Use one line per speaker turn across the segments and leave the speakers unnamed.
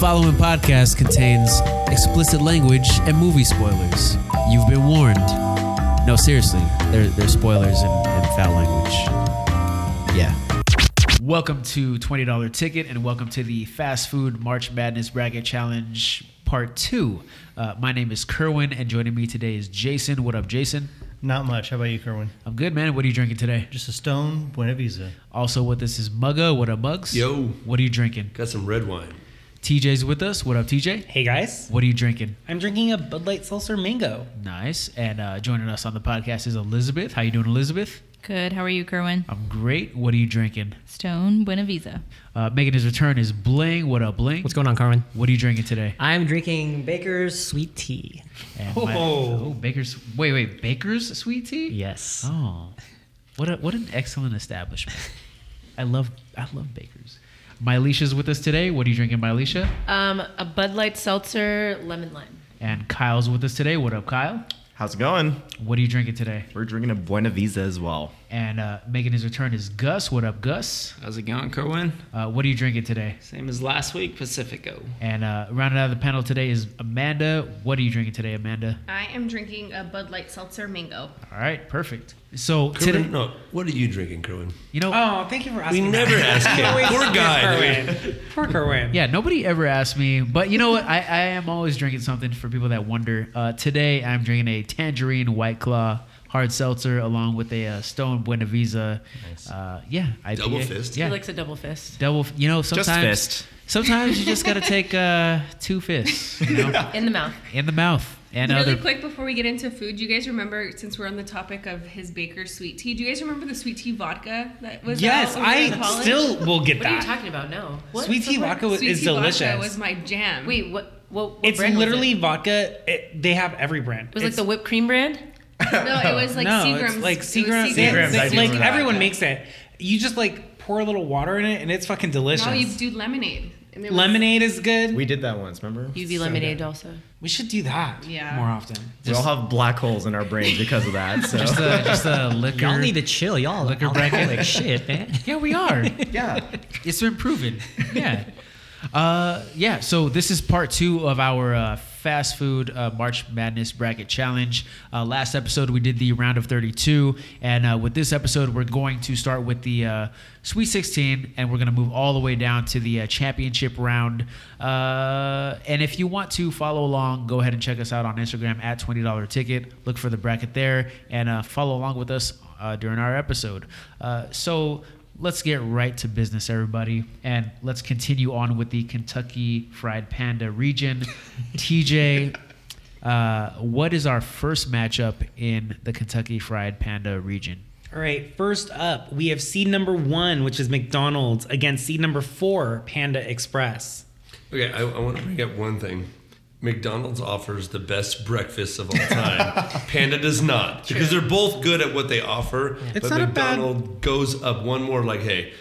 following podcast contains explicit language and movie spoilers. You've been warned. No, seriously, there, there's spoilers and, and foul language. Yeah. Welcome to $20 Ticket and welcome to the Fast Food March Madness Bracket Challenge Part 2. Uh, my name is Kerwin and joining me today is Jason. What up, Jason?
Not much. How about you, Kerwin?
I'm good, man. What are you drinking today?
Just a stone Buena Vista.
Also with us is Mugga. What up, Mugs?
Yo.
What are you drinking?
Got some red wine.
TJ's with us. What up, TJ?
Hey guys,
What are you drinking?
I'm drinking a Bud Light Seltzer Mango.
Nice. And uh, joining us on the podcast is Elizabeth. How you doing, Elizabeth?
Good. How are you, Kerwin?
I'm great. What are you drinking?
Stone Buena Vista.
Uh, making his return is Bling. What up, Bling?
What's going on, Carmen?
What are you drinking today?
I'm drinking Baker's sweet tea.
And my-
Oh.
oh, Baker's. Wait, wait. Baker's sweet tea.
Yes.
Oh, what a, what an excellent establishment. I love I love Baker's. My Alicia's with us today. What are you drinking, my Alicia?
Um, a Bud Light seltzer, lemon lime.
And Kyle's with us today. What up, Kyle?
How's it going?
What are you drinking today?
We're drinking a Buena Vista as well.
And uh, making his return is Gus. What up, Gus?
How's it going, Kerwin?
Uh, what are you drinking today?
Same as last week, Pacifico.
And uh, rounded out the panel today is Amanda. What are you drinking today, Amanda?
I am drinking a Bud Light seltzer mango.
All right, perfect. So
Kerwin,
today,
no, what are you drinking, Kerwin?
you know,
Oh, thank you for
We
asking. that.
never ask him.
Always
Poor
forget
guy.
Kerwin. Poor Kerwin.
yeah, nobody ever asked me, but you know what? I, I am always drinking something for people that wonder. Uh, today, I'm drinking a tangerine white claw hard seltzer along with a uh, Stone Buena Vista. Uh, yeah, IPA.
Double fist.
Yeah,
He likes a double fist.
double. You know, sometimes
fist.
sometimes you just gotta take uh, two fists, you know,
In the mouth.
in the mouth and
really
other.
quick before we get into food, you guys remember since we're on the topic of his baker's sweet tea, do you guys remember the sweet tea vodka that was
Yes,
out when we were in
I
college?
still will get
What
that.
are you talking about now? What?
Sweet tea vodka
Sweet
is
tea
delicious.
Vodka was my jam.
Wait, what? What? what
it's
brand
literally
was,
vodka. It, they have every brand.
it? was it like
It's-
the whipped cream brand.
no, it was like
no,
Seagram's.
it's
it
like
was
Seagram's.
Seagram's.
they-
Seagram's,
they-
I do
like
remember
everyone
that.
makes it. You just like pour a little water in it, and it's fucking delicious.
Now you do lemonade. And there was-
Lemonade is good. We,
We did that once, remember?
UV lemonade also.
should do that.
Yeah.
More often.
We all have black holes in our brains because of that. So
Just a, just a liquor.
to chill, y'all. Liquor bracket, like shit, man.
yeah, we are.
yeah,
It's been proven. Yeah. Uh, yeah, so this is part two of our uh, fast food uh, March Madness bracket challenge. Uh, last episode, we did the round of 32. And uh, with this episode, we're going to start with the uh, Sweet 16, and we're going to move all the way down to the uh, championship round. Uh, and if you want to follow along, go ahead and check us out on Instagram at $20 ticket. Look for the bracket there and uh, follow along with us uh, during our episode. Uh, so let's get right to business, everybody, and let's continue on with the Kentucky Fried Panda region. TJ, uh, what is our first matchup in the Kentucky Fried Panda region?
All right, first up, we have seed number one, which is McDonald's, against seed number four, Panda Express.
Okay, I, I want to bring up one thing. McDonald's offers the best breakfast of all time. Panda does not because they're both good at what they offer. But
It's not a bad-
McDonald's goes up one more. Like, hey,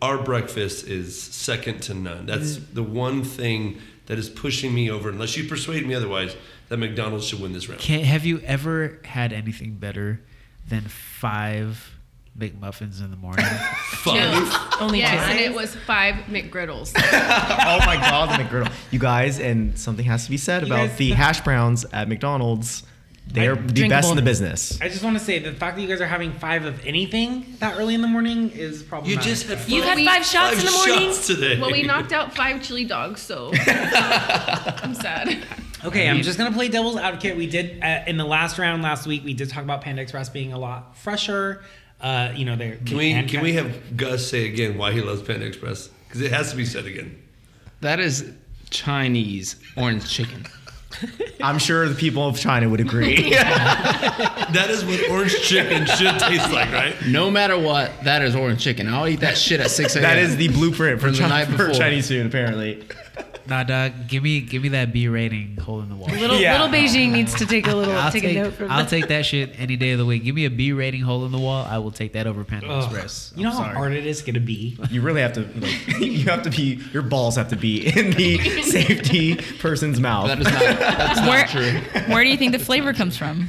our breakfast is second to none. That's
Mm-hmm.
the one thing that is pushing me over. Unless you persuade me otherwise, that McDonald's should win this round.
Can, have you ever had anything better than five McMuffins in the morning?
Fuck.
Only
Yes,
two.
and it was five McGriddles.
oh my god, the McGriddle. You guys, and something has to be said about
guys-
the hash browns at McDonald's. They are the best
drinkable.
in the business.
I just want to say the fact that you guys are having five of anything that early in the morning is probably
You just had five,
You had five shots
five
in the morning.
shots today.
well, we knocked out five chili dogs, so I'm sad.
okay. I'm just gonna play devil's advocate. We did uh, in the last round last week. We did talk about Panda Express being a lot fresher. Uh, you know, they're
Can we can we have Gus say again why he loves Panda Express? Because it has to be said again.
That is Chinese orange chicken.
I'm sure the people of China would agree.
That is what orange chicken should taste like, right?
No matter what, that is orange chicken. I'll eat that shit at 6 a.m.
that is the blueprint for,
From the
Chi-
night
for
before.
Chinese food, apparently.
nah, dog, give me give me that B rating hole in the wall.
Little,
Yeah.
little Beijing needs to take a little
I'll
take,
take,
a note from
I'll
that.
take that shit any day of the week. Give me a B rating hole in the wall. I will take that over Panda Express.
You know
I'm
how
sorry.
hard it is to get a B.
You really have to. Like, you have to be. Your balls have to be in the safety person's mouth.
That is not. That's not true.
Where do you think the flavor comes from?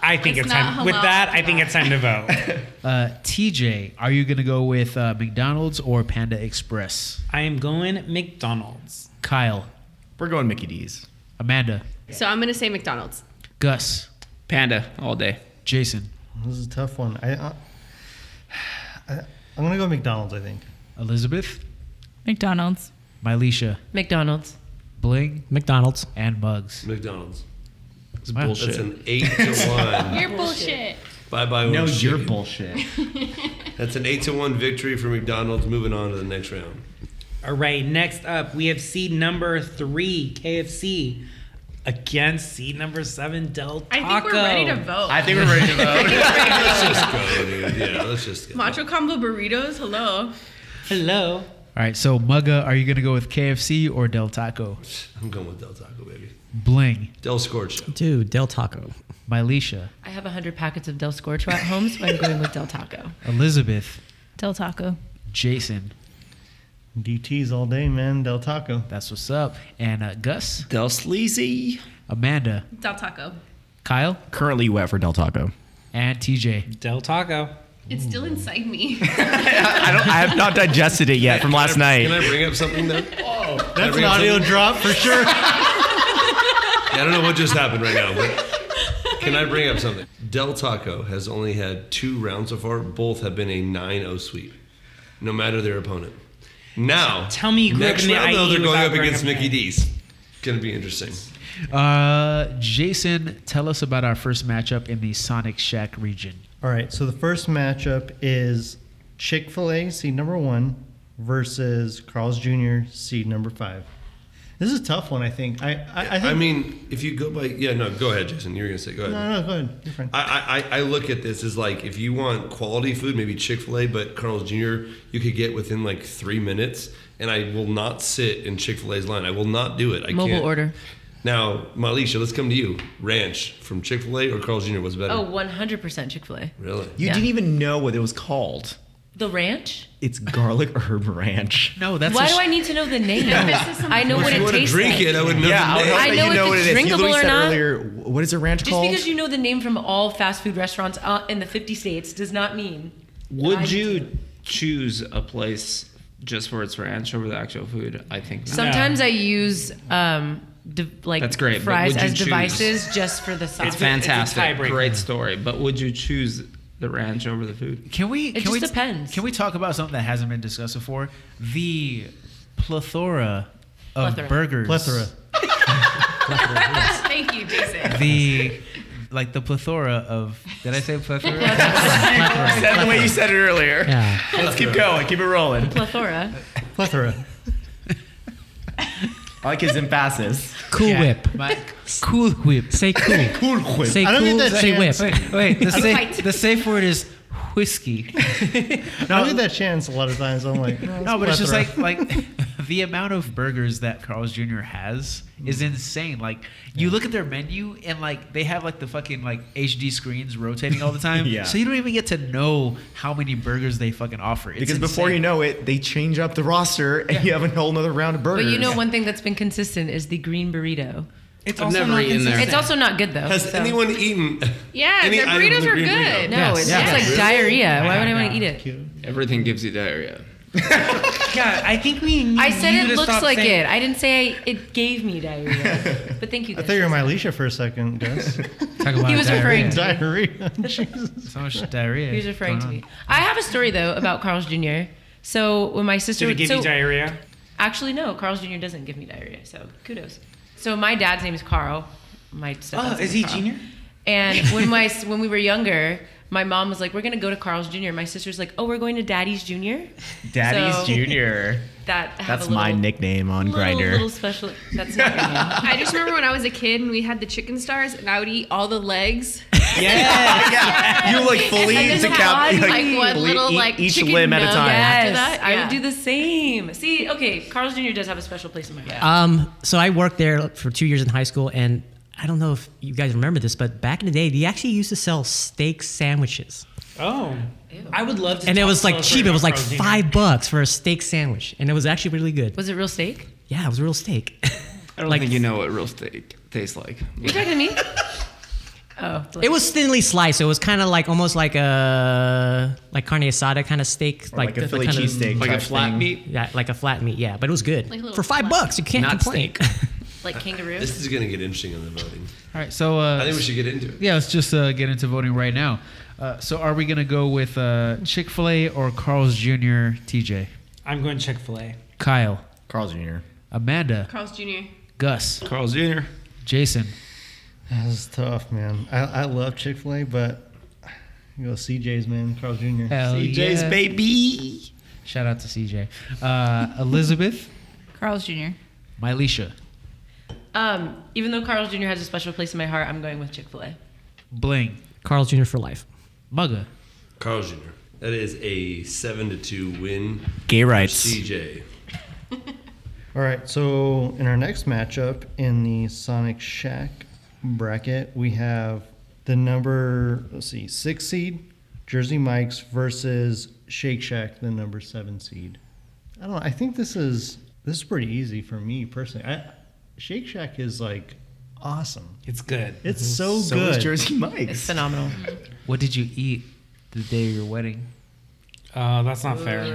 I think
It's
it's,
not
time. With
halal
that, I
kebab.
think it's time to vote.
Uh, TJ, are you gonna go with uh, McDonald's or Panda Express?
I am going McDonald's.
Kyle,
We're going Mickey D's.
Amanda,
So I'm gonna say McDonald's.
Gus,
Panda all day.
Jason,
This is a tough one. I, I, I I'm gonna go McDonald's. I think.
Elizabeth,
McDonald's.
Mylisha,
McDonald's.
Bling,
McDonald's.
and Mugs.
McDonald's.
It's
Wow.
bullshit.
That's an eight to one.
You're bullshit.
bye bye.
No, you're bullshit.
That's an eight to one victory for McDonald's. Moving on to the next round.
All right, next up, we have seed number three, KFC, against seed number seven, Del Taco.
I think we're ready to vote.
I think we're ready to vote.
Let's just go, dude. Yeah, let's just go.
Macho combo burritos. Hello.
Hello.
All right, so Mugga, are you gonna go with KFC or Del Taco?
I'm going with Del Taco, baby.
Bling,
Del Scorch.
Dude, Del Taco.
Mylisha,
I have 100 packets of Del Scorcho at home, so I'm going with Del Taco.
Elizabeth,
Del Taco.
Jason.
DT's all day, man. Del Taco.
That's what's up. And uh, Gus,
Del Sleazy.
Amanda,
Del Taco.
Kyle,
Currently wet for Del Taco.
and TJ.
Del Taco.
It's still inside me.
I don't. I have not digested it yet from last
Can
night.
I bring up something though?
Oh, That's an audio drop for sure.
Yeah, I don't know what just happened right now. But can I bring up something? Del Taco has only had two rounds so far. Both have been a 9-0 sweep, no matter their opponent. Now,
Tell me you grew up
next
in the
round though,
IE
they're going
without
up
growing
against
up in
Mickey
the
D's. Gonna be interesting.
Uh, Jason, tell us about our first matchup in the Sonic Shack region.
All right, so the first matchup is Chick fil A, seed number one, versus Carl's Jr., seed number five. This is a tough one, I think. I, I, I think.
I mean, if you go by, yeah, no, go ahead, Jason. You're gonna say, go ahead.
no, no, go ahead. You're fine.
I, I, I look at this as like if you want quality food, maybe Chick fil A, but Carl's Jr., you could get within like three minutes. And I will not sit in Chick fil A's line. I will not do it. I
Mobile
can't.
order.
Now, Malisha, let's come to you. Ranch from Chick fil A or Carl's Jr. was better?
Oh, 100% Chick fil A.
Really?
You
Yeah.
didn't even know what it was called.
The ranch?
It's garlic herb ranch.
No, that's
Why
a
do
sh-
I need to know the name? I know
Well,
what
if you
it
want to
tastes
drink
like.
it, I would know.
Yeah, I
the
would
name.
hope
I
that
know
you
if
know what
it's
it is. You
drinkable
literally
or
said
not.
earlier, what is a ranch
Just
called?
because you know the name from all fast food restaurants uh, in the 50 states does not mean. I-
Would you choose a place just for its ranch over the actual food? I think not.
Sometimes I use um, de- like
That's great, but
fries
would you
as
choose?
devices just for the sauce.
a-
It's
it's a
fantastic.
tiebreaker.
Great story. But would you choose the ranch over the food?
Can we? can
just
we,
depends.
Can we talk about something that hasn't been discussed before? The plethora of
Plethora.
burgers.
Plethora.
Thank you, Jason.
The like the plethora of. Did I say plethora? plethora.
That's the way you said it earlier.
Yeah.
Let's keep going. Keep it rolling.
Plethora.
Plethora.
I like his emphasis.
Cool
Yeah.
Whip.
My- cool whip.
Say cool.
Cool whip.
Say
I don't
cool.
get that
Say
chance.
whip.
Wait, wait. The,
fight.
safe, the safe word is whiskey.
I get that chance a lot of times. I'm like, no,
No, but it's just
plethora.
like like the amount of burgers that Carl's Jr. has
Mm.
is insane. Like you look at their menu and like they have like the fucking like HD screens rotating all the time.
Yeah.
So you don't even get to know how many burgers they fucking offer. It's
Because before you
insane.
know it, they change up the roster and you have a whole nother round of
But
burgers.
you know, one thing that's been consistent is the green burrito.
It's
I've
also
never
not
eaten there.
consistent.
It's also not good though.
Has
so-
anyone eaten?
Yeah,
any
their
item in
burritos
the
were
green
good.
burrito?
No,
Yes,
it's
yeah.
just like diarrhea. Why would
Yeah,
I want
yeah.
to eat it?
Everything gives you diarrhea.
Yeah, I think we need
I said
you
it
to
looks
stop
like
saying-
it. I didn't say I, it gave me diarrhea. but thank you.
I
Guys.
thought you were my Alicia for a second, Gus.
Talk about
He was
diarrhea.
referring to-
Diarrhea. Jesus.
so much
Oh,
diarrhea.
He was referring
going
to
on.
me. I have a story though about Carl's Jr. So when my sister
Did it give
so,
you diarrhea?
Actually, no. Carl's Jr. doesn't give me diarrhea, so kudos. So my dad's name is Carl. My
Oh,
stepdad's name
is he
Carl.
junior?
And when my when we were younger, my mom was like, "We're gonna go to Carl's Jr." My sister's like, "Oh, we're going to Daddy's Jr."
Daddy's
So-
Junior.
That have
That's
a little,
my nickname on
little,
Grinder.
Little special. That's not your name.
I just remember when I was a kid and we had the chicken stars and I would eat all the legs.
Yeah.
You like fully
And then one,
decap- like,
like, one
fully
little,
eat
like,
each
chicken
limb at a
nugget.
time.
Yes,
that,
I
yeah.
would do the same. See, okay, Carl's Jr. does have a special place in my heart.
Um, so I worked there for two years in high school, and I don't know if you guys remember this, but back in the day, they actually used to sell steak sandwiches,
Oh. I would love to.
and it
talk
was
to
like
a
cheap.
friend
It was
about
like
Carl's Jr.
five bucks for a steak sandwich, and it was actually really good.
Was it real steak?
Yeah, it was real steak.
I don't
Like-
think you know what real steak tastes like.
You're talking to me? Oh,
It was thinly sliced, so it was kind of like almost like a like carne asada kind of steak,
Or like a
the- the
Philly
kinda-
cheesesteak
Like a
type
flat
thing.
meat.
Yeah, like a flat meat. Yeah, but it was good
Like a little
for five
flat.
bucks. You can't
Not
complain.
like kangaroo.
This is going to get interesting on the voting.
All right, so uh,
I think we should get into it.
yeah, let's just uh, get into voting right now. Uh, so, are we gonna go with uh, Chick Fil A or Carl's Jr. TJ,
I'm going Chick Fil A.
Kyle,
Carl's Jr.
Amanda,
Carl's Jr.
Gus,
Carl's Jr.
Jason?
This is tough, man. I, I love Chick Fil A, but you go CJ's, man. Carl Jr.
Hell
CJ's
yeah.
baby.
Shout out to CJ. Uh, Elizabeth,
Carl's Jr.
Mylisha,
Um, even though Carl's Jr. has a special place in my heart, I'm going with Chick Fil A.
Bling,
Carl's Jr. for life.
Mugga,
Carl Jr. That is a seven to two win.
Gay rights.
CJ.
All right, so in our next matchup in the Sonic Shack bracket, we have the number, let's see, six seed, Jersey Mike's versus Shake Shack, the number seven seed. I don't know, I think this is this is pretty easy for me personally. I, Shake Shack is like awesome.
It's good. Mhm.
It's Mm-hmm. so,
So
good.
is Jersey
It's
Mike's.
phenomenal.
what did you eat the day of your wedding?
Uh, that's not fair.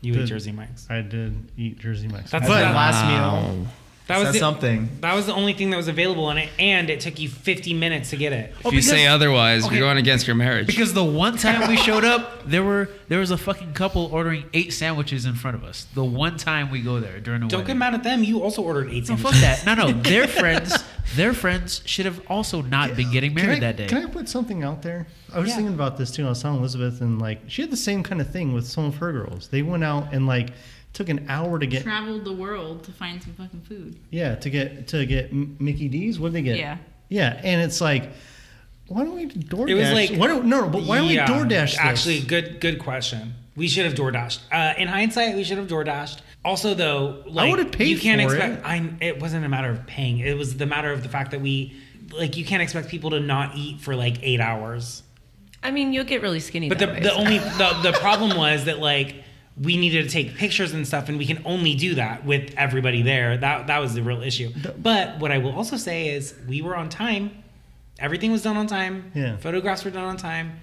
You
Good.
eat Jersey Mike's.
I did eat Jersey Mike's.
That's
That's
Wow.
that last meal.
That was
Says
the,
something.
That was the only thing that was available in it, and it took you 50 minutes to get it.
If you say otherwise, you're going against your marriage.
Because the one time we showed up, there were there was a fucking couple ordering eight sandwiches in front of us. The one time we go there during the
Don't get
wedding.
mad at them. You also ordered eight
No, fuck
sandwiches.
that. No, no, their friends, their friends should have also not been getting
Can
married
I-
that day.
Can I put something out there? I was
Yeah.
thinking about this too. And I was telling Elizabeth, and like she had the same kind of thing with some of her girls. They went out and like took an hour to get
Traveled the world to find some fucking food.
yeah to get to get M- Mickey D's. What did they get?
Yeah.
yeah, and it's like, why don't we DoorDash?
It was like
why don't no? But why don't
Yeah,
we DoorDash? This?
Actually, good good question. We should have DoorDashed. Uh, in hindsight, we should have DoorDashed. Also, though, like,
would've paid
You can't
for
expect.
it.
I. It wasn't a matter of paying. It was the matter of the fact that we, like, you can't expect people to not eat for like eight hours.
I mean, you'll get really skinny.
But the,
that way,
the
so-
only the, the problem was that like we needed to take pictures and stuff, and we can only do that with everybody there. That that was the real issue. But what I will also say is we were on time. Everything was done on time.
Yeah.
Photographs were done on time.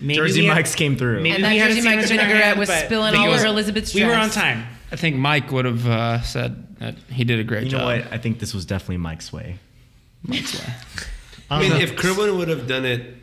Maybe
Jersey
we had-
Mike's came through.
maybe
And that
we had a
Jersey Mike's
sandwich in our
vinaigrette
hand,
was
but-
spilling
but
all
it
over
Elizabeth's
We were
dress.
on time.
I think Mike would have uh, said that he did a great
You
job.
know what? I think this was definitely Mike's way.
Mike's way.
I mean, if Kerwin would have done it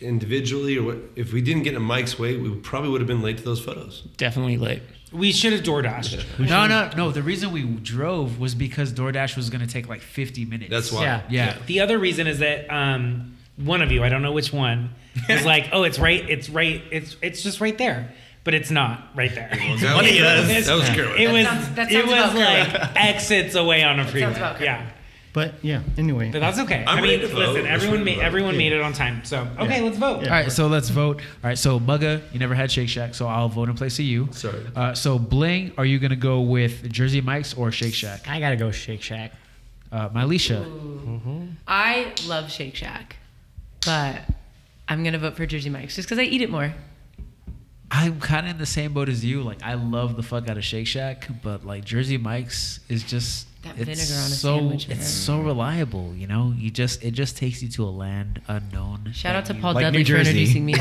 individually, or what, if we didn't get in Mike's way, we probably would have been late to those photos.
Definitely late.
We should have DoorDashed.
No, no, no. The reason we drove was because DoorDash was gonna take like fifty minutes.
That's why.
Yeah.
Yeah.
The other reason is that um, one of you, I don't know which one, is like, oh, it's right, it's right, it's it's just right there, but it's not right there.
That was, that was Kerwin.
It was
sounds- that
it
sounds
was
about correct.
like exits away on a freeway.
sounds about correct.
yeah,
but yeah. Anyway,
but that's okay.
I'm
I mean,
ready to
listen,
vote. Let's
everyone
ready
made
to vote.
everyone made it on time, so okay,
Yeah.
let's vote.
Yeah.
All right, so let's vote. All right, so Mugga, you never had Shake Shack, so I'll vote in place of you.
Sorry.
Uh, so Bling, are you gonna go with Jersey Mike's or Shake Shack?
I gotta go Shake Shack. Mm-hmm.
Uh, Mylisha,
I love Shake Shack, but I'm gonna vote for Jersey Mike's just because I eat it more.
I'm kind of in the same boat as you. Like I love the fuck out of Shake Shack, but like Jersey Mike's is just
That
it's
vinegar on a
so
sandwich, man.
it's so reliable. You know, you just it just takes you to a land unknown.
Shout out to
that
Paul
Like
Dudley
New
for
Jersey.
introducing me.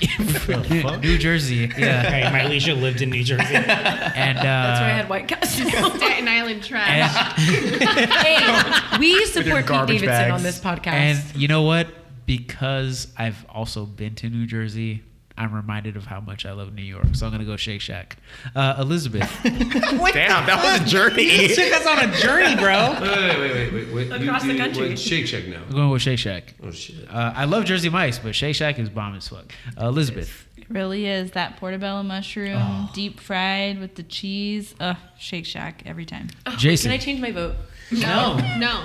you- New Jersey, yeah,
Okay, my Alicia lived in New Jersey.
and uh,
That's where I had White Castle.
Staten Island trash.
and-
hey, we support Pete
garbage
Davidson
bags.
on this podcast.
And you know what? Because I've also been to New Jersey, I'm reminded of how much I love New York. So I'm gonna go Shake Shack. Uh, Elizabeth,
Damn, that was a journey.
Took us on a journey, bro.
Wait, wait, wait, wait, wait.
Across the country.
went Shake Shack now.
I'm going with Shake Shack.
Oh shit.
Uh, I love Jersey Mike's, but Shake Shack is bomb as fuck. Uh, Elizabeth,
It really is that portobello mushroom, deep fried with the cheese. Ugh, Shake Shack every time.
Jason.
Can I change my vote?
No. No.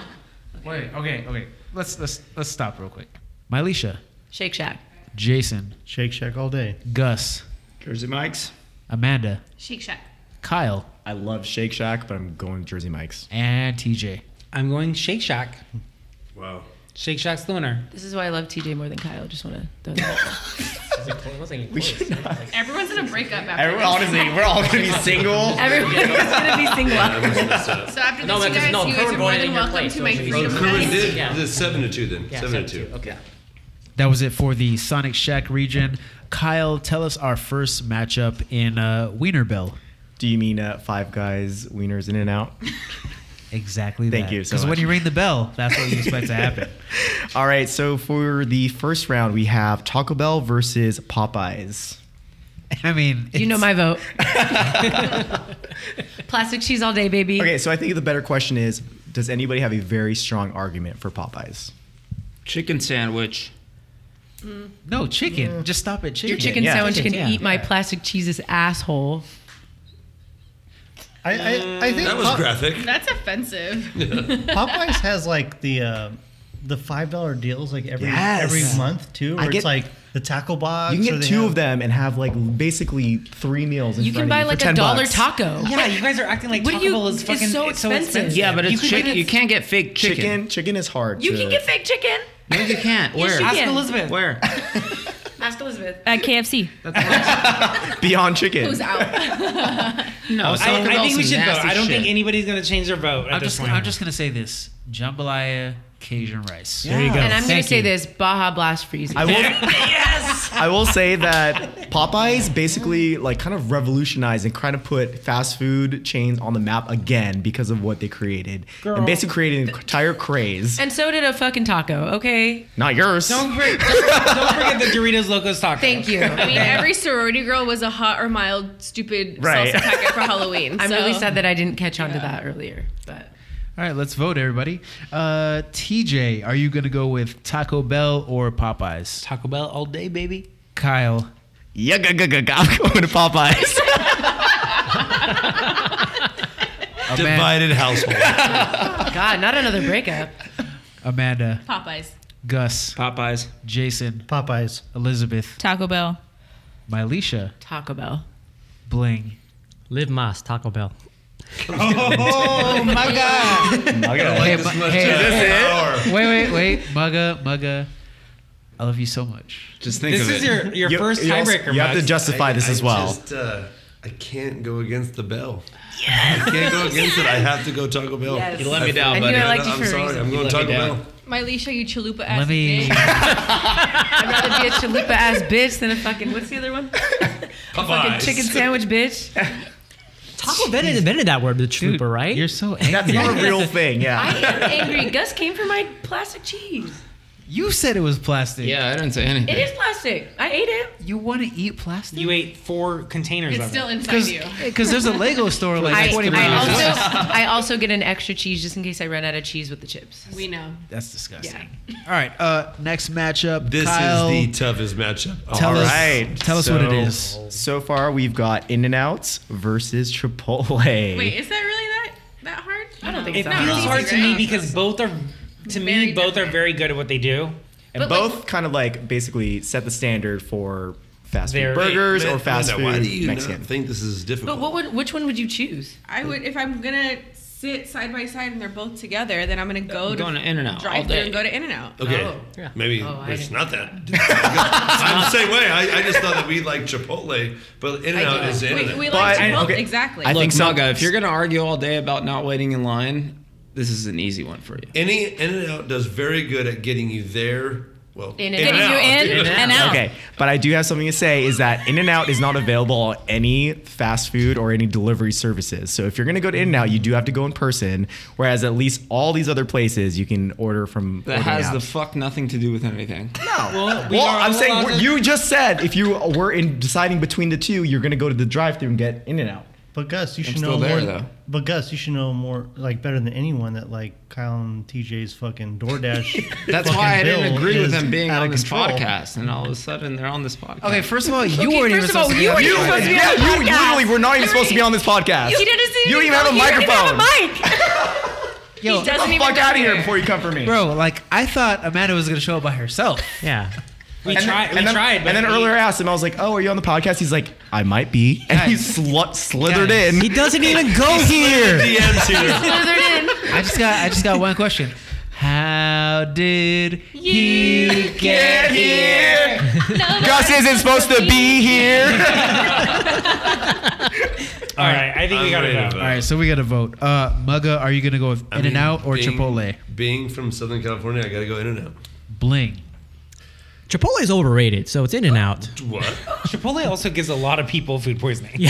Wait, okay, okay. Let's let's let's stop real quick. Mylisha,
Shake Shack.
Jason,
Shake Shack all day.
Gus,
Jersey Mike's.
Amanda,
Shake Shack.
Kyle,
I love Shake Shack, but I'm going Jersey Mike's.
and TJ.
I'm going Shake Shack.
Wow.
Shake Shack's the winner.
This is why I love TJ more than Kyle. Just want to throw that out.
Everyone's in a breakup after
Everyone,
this.
honestly, we're all gonna be single.
Everyone's gonna be single.
I
out.
messed this up.
So after this,
No,
you
because-
guys,
no,
you
Kerwin
guys are
brought
more
it in
than
your
Oh,
welcome
place,
to
so
my
it's-
freedom
Kerwin
fest.
did. This is seven to two then. seven to two.
Okay.
That was it for the Sonic Shack region. Kyle, tell us our first matchup in uh, Wienerbell.
Do you mean uh, Five Guys wieners in and out?
exactly.
Thank you. So
Because when
much.
you ring the bell, that's what you expect to happen.
All right. So for the first round, we have Taco Bell versus Popeyes.
I mean,
You know my vote. Plastic cheese all day, baby.
Okay, so I think the better question is, does anybody have a very strong argument for Popeyes?
Chicken sandwich.
No, chicken. Just stop at chicken.
Mm. Your chicken
Yeah.
sandwich can
Chicken, yeah.
eat my plastic cheese's asshole.
I, I,
uh,
I think
That was
Pop-
graphic.
That's offensive.
Popeyes has like the uh, the five dollar deals like every
Yes.
every
Yeah.
month too.
I
Where
get-
it's like the tackle box.
You can
or
get
they
two
have-
of them and have like basically three meals. In
You can
front of
buy
for
like a
10
dollar
bucks.
taco.
Yeah, you guys are acting like
What do
Taco
you-
Bell is
it's
fucking
so
it's so
expensive.
expensive.
Yeah, but it's
could
chicken.
get-
You can't get fake chicken.
Chicken, chicken is hard.
You
to-
can get fake chicken.
No, you can't.
Yes,
Where?
you
Ask
can.
Elizabeth.
Where?
Ask Elizabeth.
At KFC.
Beyond Chicken.
Who's out?
No,
I, I think we should vote. I don't think anybody's gonna change their vote at
I'm
this
just,
point.
I'm just gonna say this: jambalaya, Cajun rice.
there you go.
And I'm going
Thank
to say
you.
this Baja Blast Freeze.
I will. I will say that Popeyes basically like kind of revolutionized and kind of put fast food chains on the map again because of what they created
Girl.
and basically created an entire craze.
And so did a fucking taco, okay?
Not yours.
Don't, for, don't, don't forget the Doritos Locos Taco.
Thank you.
I mean, every sorority girl was a hot or mild, stupid
Right.
salsa packet for Halloween.
I'm
so-
really sad that I didn't catch on to that earlier. But
All right, let's vote, everybody. Uh, TJ, are you gonna go with Taco Bell or Popeyes?
Taco Bell all day, baby.
Kyle,
Yeah, g- g- g- g- I'm going to Popeyes.
Divided household.
God, not another breakup.
Amanda,
Popeyes.
Gus,
Popeyes.
Jason,
Popeyes.
Elizabeth,
Taco Bell.
Mylisha,
Taco Bell.
Bling.
Live Mas, Taco Bell.
Oh my God.
I gotta like this much.
hey, Wait,
This
wait, wait, Mugga, Mugga, I love you so much.
Just think
this
of
is
it.
your, your
You-
first
you also-
tiebreaker.
You have to
Max.
justify this as well.
Just, uh, I can't go against the bell. I can't go against it. I have to go Taco Bell.
You let me down,
And
buddy.
you're like- liked you
I'm
for a
sorry.
reason.
I'm going
let
Taco
me down.
Bell.
My Leisha, you chalupa ass.
Let me.
bitch.
I'd rather be a chalupa ass bitch than a fucking, what's the other one? fucking
Popeyes.
chicken sandwich bitch.
Taco Bell invented that word, the trooper, right?
You're so angry.
That's not a real thing. Yeah.
I am angry. Gus came for my plastic cheese.
you said it was plastic.
Yeah, I didn't say
It
anything.
is plastic. I ate it.
You want to eat plastic?
You ate four containers
It's
of
still
it.
inside
Because
you.
there's a Lego store like
I,
20
I
miles. away.
also I also get an extra cheese just in case I run out of cheese with the chips.
We know.
That's disgusting. All right, uh, next matchup.
This
Kyle,
is the toughest matchup.
tell us,
Alright,
tell us what it
so-
is.
So far, we've got In N Out versus Chipotle.
Wait, is that really that that hard? I don't think
It
It feels hard to me because both are, to me,
Very
both are
different.
very good at what they do.
and
but, like-
both kind of like basically set the standard for fast
They're-
food burgers
Man,
or fast
Amanda, Why do
food
you
Mexican.
not think this is difficult?
But what would which one would you choose?
I would if I'm gonna sit side by side and they're both together, then I'm gonna go
I'm
to
going to In-N-Out all
drive through
day.
and go to In and Out.
Okay,
Oh. Yeah.
maybe
Oh, I
it's
didn't-
not that. I'm the same way. I, I just thought that we like Chipotle, but In and Out is In
We,
and
we
Out.
like
But-
Chipotle.
okay.
exactly.
I
Look,
think so.
Maga, if you're gonna argue all day about not waiting in line, this is an easy one for you.
Any In and Out does very good at getting you there. Well,
In and
In-N-Out.
Getting you in and out.
Okay, but I do have something to say is that In N Out is not available on any fast food or any delivery services. So if you're gonna go to In N Out, you do have to go in person. Whereas at least all these other places, you can order from.
That
ordering
has
apps.
the fuck nothing to do with anything.
Well, we
Well,
are
I'm saying
allowed
we're-
to-
you just said if you were in deciding between the two, you're gonna go to the drive-through and get In and Out.
But Gus, you should know
still
more.
there, though.
But Gus, you should know more, like better than anyone, that like Kyle and TJ's fucking DoorDash.
That's
fucking
why I didn't
bill
agree with
is
them being
out
on
of
this
control.
podcast, and all of a sudden they're on this podcast.
Okay, first of all, you
Okay,
weren't even
first of all,
supposed to be
you
on
were
the
even
show.
supposed to be
Yeah,
on the
you
podcast.
literally were not even supposed to be on this podcast.
He doesn't
You don't even have a
he doesn't
microphone.
Even have a mic.
Yo,
he doesn't
Get the
even
fuck
go
out of here before you come for me.
Bro, like I thought Amanda was gonna show up by herself.
Yeah.
we
And then-
tried. We
and then,
tried. But
and then
we-
earlier I asked him, I was like, "Oh, are you on the podcast?" He's like, "I might be," and he
Guys.
slut slithered
Guys.
in.
He doesn't even go here.
DMs here.
Slithered in.
I just got I just got one question. How did you get here?
Gus isn't supposed to be here.
All right, I think we
I'm
got
ready to
to
vote.
go.
All right, so we gotta vote. Uh, Mugga, are you gonna go with
I
In
mean,
and Out or
being-
Chipotle?
Being from Southern California, I gotta go In and Out.
Bling.
Chipotle is overrated, so it's in and out.
Uh, What?
Chipotle also gives a lot of people food poisoning.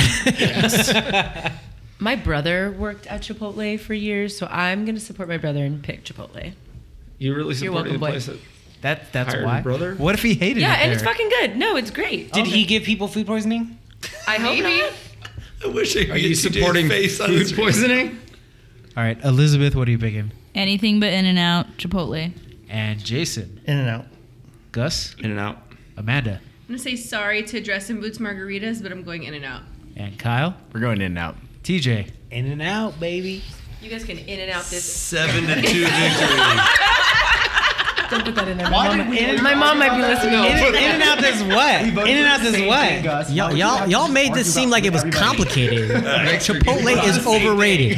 My brother worked at Chipotle for years, so I'm gonna support my brother and pick Chipotle.
You really
You're
supported
welcome,
the
boy.
place that
That that's
hired
why.
your brother.
What if he hated
yeah,
it?
and it's
there?
fucking good. No, it's great.
Did he give people food poisoning?
I hope not.
I wish I could
Are you
get TJ's
supporting
face on
food
his-
poisoning?
All right, Elizabeth, what are you picking?
Anything but In and Out, Chipotle.
And Jason,
In and out.
Gus,
In and out.
Amanda,
I'm gonna say sorry to dress in boots margaritas, but I'm going in and out.
and Kyle,
We're going in and out.
TJ.
In and out, baby.
You guys can in and out this.
Seven to two victory.
Don't put that in there.
Why
My
did
mom,
we- In-
my mom might be listening.
In, in and out does what? In and out does what?
Y'all, y'all, y'all made this seem like it was complicated. Chipotle is overrated.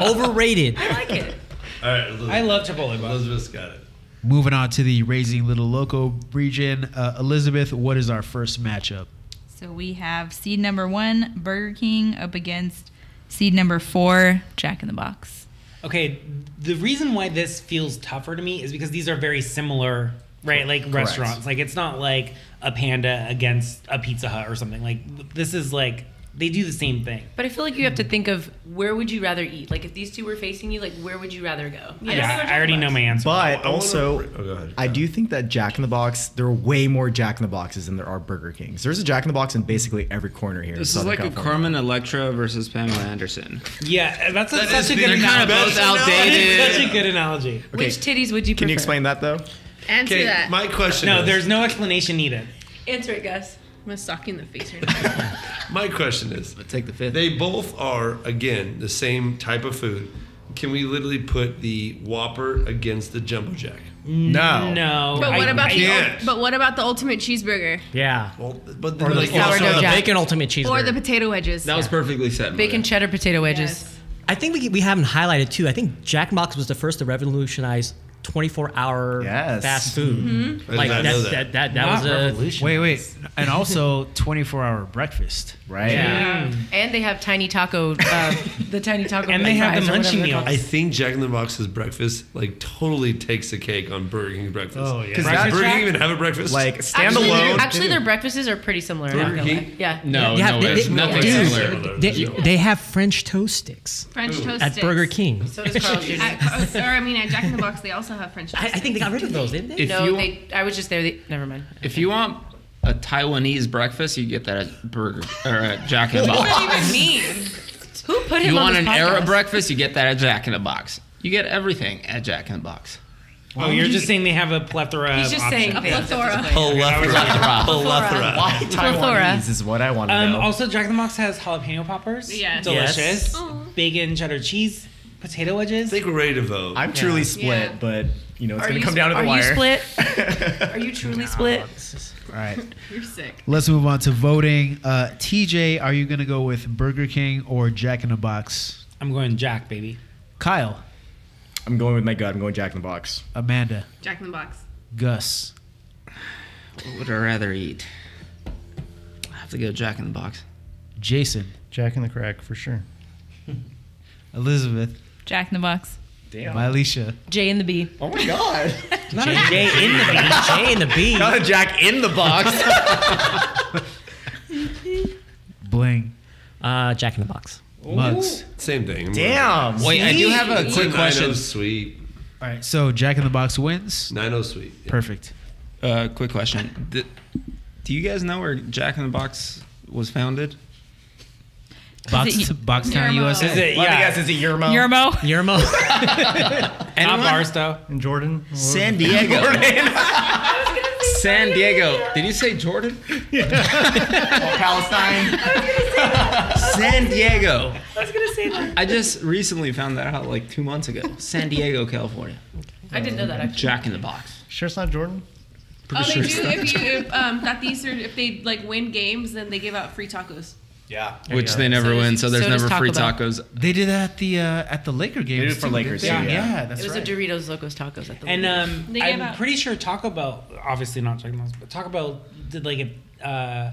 overrated.
I like it.
All right, Elizabeth.
I love Chipotle. Bob.
Elizabeth's got it.
Moving on to the Raising Little Loco region, uh, Elizabeth, what is our first matchup?
So we have seed number one, Burger King, up against seed number four, Jack in the Box.
Okay, the reason why this feels tougher to me is because these are very similar, right? Like restaurants. Like it's not like a Panda against a Pizza Hut or something. Like this is like they do the same thing.
But I feel like you have to think of where would you rather eat? Like if these two were facing you, like where would you rather go? I don't
Yeah,
what
I already
Jack
know my answer.
But
I wanna-
also,
oh, go ahead.
I do think that Jack in the Box, there are way more Jack in the Boxes than there are Burger Kings. There's a Jack in the Box in basically every corner here. in
This is
Southern
like a
California.
Carmen Electra versus Pamela Anderson.
yeah, uh, that's a, such
is
a
the-
good
you're
analogy.
kinda both
That is
outdated.
such a good analogy.
was. Which titties would you prefer?
Can you explain that though?
Answer
Okay,
that.
my question
No,
is,
there's no explanation needed.
Answer it, Gus.
I'm gonna sock you in the face right now.
my question is,
Take the fifth.
They both are again the same type of food. Can we literally put the Whopper against the Jumbo Jack?
No.
No.
But what
I-
about
I-
the
can't.
ul- but what about the ultimate cheeseburger
Yeah.
Well, but then, like,
Sourdough
Also, the
Jack.
bacon ultimate cheeseburger.
or the potato wedges?
that was perfectly said.
Bacon
Maria.
cheddar potato wedges.
Yes.
I think we, we haven't highlighted too. I think Jack in the Box was the first to revolutionize 24 hour
Yes.
fast food.
Mm-hmm.
I Mm-hmm. did
Like
not
that,
know
that,
that.
that, that,
Not
was a.
revolution.
Wait, wait, and also 24-hour breakfast.
Right.
Yeah.
Mm. And they have tiny taco, uh, the tiny taco.
And they have the
fries or whatever
munchie
they're
meal.
called.
I think Jack in the Box's breakfast like totally takes the cake on Burger King's breakfast.
Oh, yeah.
Does
Breakfast
Burger King
Jack-
even have a breakfast?
Like
Actually, their-
standalone.
Actually, their breakfasts are pretty similar. I'm not
Burger
gonna lie.
King?
Yeah.
No,
Yeah,
no,
they-
it's
they-
nothing
they-
similar.
They, they have French toast sticks
French toast
at
sticks.
Burger King.
So does Carl's Jr.
At- oh, or I mean, at Jack in the Box, they also have French toast.
I, I think they got rid of those, didn't they?
If
No,
you
they. I was just there. They, never mind.
if you want a Taiwanese breakfast, you get that at Burger or at Jack in the
What
Box.
does that even mean?
Who put him
You
on
want
this
an
podcast?
Arab breakfast, you get that at Jack in the Box. You get everything at Jack in the Box.
Oh, you're just saying they have a plethora
He's
of
just
options.
saying things.
plethora, plethora.
Why
Plethora.
Taiwanese is what I want to
Um,
know.
also, Jack in the Box has jalapeno poppers.
Yes.
Delicious.
Yes.
Aw.
Bacon, cheddar cheese, potato
I
wedges.
think we're ready to vote.
I'm truly split,
Yeah.
but you know it's
Are
gonna
you
come
sp-
down to the
are
wire.
you split? Are you truly split?
All right,
You're sick.
let's move on to voting. Uh, TJ, are you gonna go with Burger King or Jack in the Box?
I'm going Jack, baby.
Kyle,
I'm going with my gut. I'm going Jack in the Box.
Amanda,
Jack in the Box.
Gus,
What would I rather eat? I have to go Jack in the Box.
Jason,
Jack in the Crack for sure.
Elizabeth,
Jack in the Box.
my Alicia.
J and the B.
Oh my god!
Not a J in the B. J in the B.
Not a Jack in the Box.
Bling,
Uh, Jack in the Box.
Mugs.
Same thing. I'm
Damn.
Wait, I do have a
It's
quick question.
Sweet.
All right, so Jack in the Box wins.
90 sweet.
Perfect.
Uh, quick question. Th- do you guys know where Jack in the Box was founded?
Box, Box Town,
Guillermo.
USA.
Is it-
Let me
yeah.
guess. Is it Yermo?
Yermo.
Yermo.
Not
Anyone?
Barstow.
And Jordan? what was
San Diego. San Diego. Did you say Jordan?
Palestine.
San Diego. I was gonna say that. I just recently found that out like two months ago. San Diego, California.
I didn't know that. Actually.
Jack in the Box.
it? Sure, it's not Jordan.
Oh, they do. If you if, um, that these are if they like win games, then they give out free tacos.
Yeah.
Which they never
So
win,
does-
so there's
so does
never free
Taco
tacos.
They did that at the uh, at the Laker game.
They did it for Lakers,
Yeah,
too,
yeah,
yeah.
that's
It was
right.
a Doritos Locos Tacos at the.
And um,
They
I'm
give out-
pretty sure Taco Bell, obviously not Jack in the Box, but Taco Bell did like a, uh,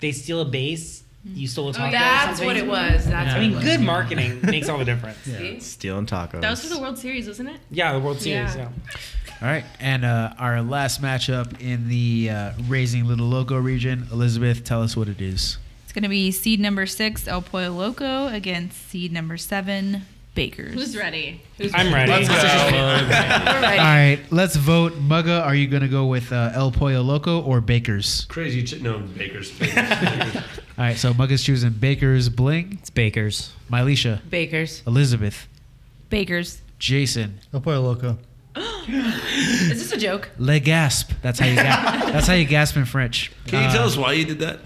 they steal a base, you stole a taco. or
that's
something.
what it was. That's
I
what it
mean,
was.
good marketing makes all the difference.
See?
Stealing tacos.
That was for the World Series, wasn't it?
Yeah, the World Series. Yeah.
Yeah.
All right, and uh, our last matchup in the uh, Raising Little Loco region, Elizabeth, tell us what it is.
It's going to be seed number six, El Pollo Loco, against seed number seven, Bakers.
Who's ready? Who's
I'm ready. Let's go.
All right, let's vote. Mugga, are you going to go with uh, El Pollo Loco or Bakers?
Crazy ch- no bakers. bakers.
All right, so Mugga's choosing Bakers. Bling. It's Bakers. Mylisha.
Bakers.
Elizabeth.
Bakers.
Jason.
El Pollo Loco.
Is this a joke?
Le gasp. That's how you gasp. that's how you gasp in French. Uh,
Can you tell us why you did that?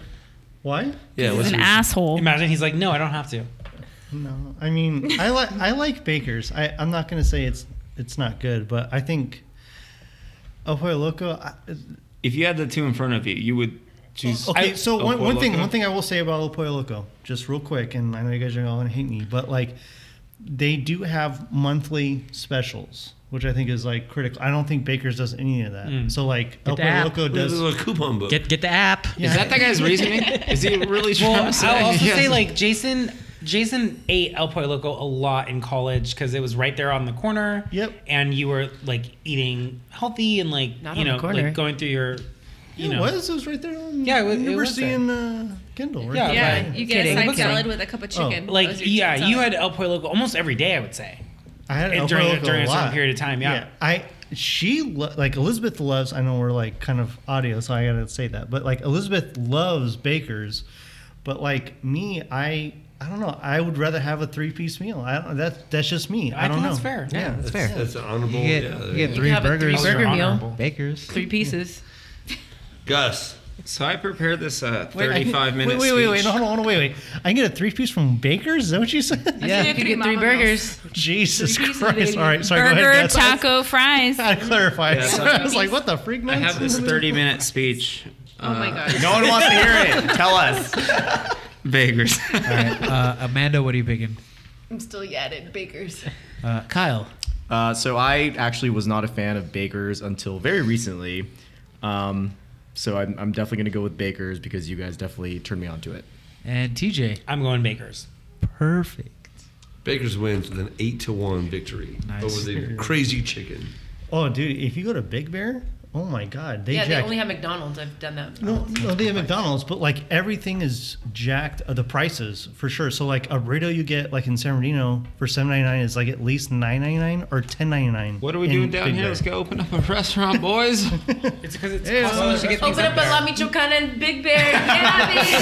Why?
Yeah, what's your-
asshole.
Imagine he's like, no, I don't have to.
No, I mean, I like I like Baker's. I I'm not gonna say it's it's not good, but I think El Pollo Loco. I,
If you had the two in front of you, you would choose.
okay,
I-
so
Oh,
one, one
Pollo
thing
Loco.
one thing I will say about El Pollo Loco, just real quick, and I know you guys are all gonna hate me, but like they do have monthly specials, which I think is like critical. I don't think Baker's does any of that.
Mm.
So like
Get
El
the
Pollo
app.
Loco
There's
does
a little
coupon book.
Get the app.
Is that that guy's reasoning? Is he really trying
Well,
to say?
I'll also
Yes.
say like Jason. Jason ate El Pollo Loco a lot in college because it was right there on the corner. Yep. And you were like eating healthy and like
Not
you
on the
know
corner.
like going through your. You
it
know.
was. It was right there on
Yeah, it was- it was
University
there.
in uh, Kendall. Right
Yeah,
there.
Yeah, right. you get a Kidding. side Kidding. salad
with a cup of
Oh.
chicken.
Like yeah, you had El Pollo Loco almost every day. I would say.
I had
And
El
during-
Pollo Loco
during
a
a certain
lot.
period of time, yeah.
I she lo- like Elizabeth loves. I know we're like kind of audio, so I gotta say that. But like Elizabeth loves bakers, but like me, I. I don't know. I would rather have a three-piece meal. I don't, that that's just me. I,
I
don't
think
know.
that's fair. Yeah, that's
fair. That's honorable.
You get,
Yeah, there
you
you
get
go.
three
You have a
burgers.
three-burger meal.
Bakers.
Three pieces.
Gus.
So I prepared this uh,
Wait, I can-
35 minutes.
Wait, wait, wait, wait. No, hold on, hold on, wait, wait. I can get a three-piece from Baker's. Is that what you said?
Yeah. You get three burgers.
Jesus
Three pieces,
Christ!
baby.
All right, sorry. go
Burger,
ahead, Gus.
taco, fries.
I clarified.
Yeah,
I was like, what the freak?
I
nuts?
have this 30 minute speech.
Oh my
Uh,
God.
No one wants to hear it. Tell us. Bakers.
All right, uh, Amanda, what are you picking?
I'm still yet at Baker's.
Uh, Kyle.
Uh, so I actually was not a fan of Bakers until very recently. Um, so I'm, I'm definitely going to go with Bakers because you guys definitely turned me on to it.
And TJ.
I'm going Bakers.
Perfect.
Bakers wins with an eight to one victory
Nice.
over the crazy chicken.
Oh, dude, if you go to Big Bear, oh my God, they
yeah,
jack-
they only have McDonald's. I've done that.
no, no, they have McDonald's, but like everything is jacked. Uh, the prices for sure. So like a burrito you get like in San Bernardino for seven ninety nine is like at least nine ninety nine or ten ninety nine.
What are we doing down here? Let's go open up a restaurant, boys.
it's because it's
hey,
Open up a La Michoacana and Big Bear. Yeah,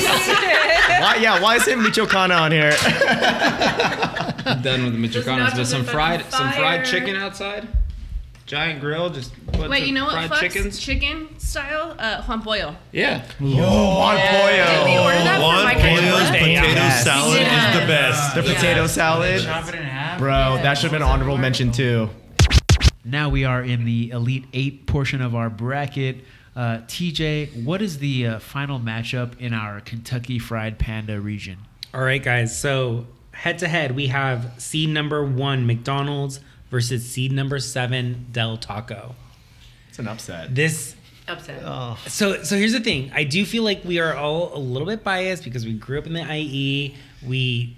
Why, yeah, why isn't Michoacana on here?
I'm done with the Michoacanas, but
nachos
some
are fucking
fried, some fried
fire.
chicken outside. Giant grill, just bunch
Wait,
of
you know what?
fried
Fucks?
chickens.
Chicken style, uh, Juan Pollo.
Yeah.
Oh, Juan
Did we order that for my grandma?
salad is
Yeah.
the best.
The
Yeah.
potato salad. Bro, that should have been honorable mention too.
Now we are in the Elite Eight portion of our bracket. Uh, TJ, what is the uh, final matchup in our Kentucky Fried Panda region?
All right, guys. So head to head, we have seed number one McDonald's versus seed number seven Del Taco.
It's an upset.
This
Upset.
so so here's the thing. I do feel like we are all a little bit biased because we grew up in the IE. We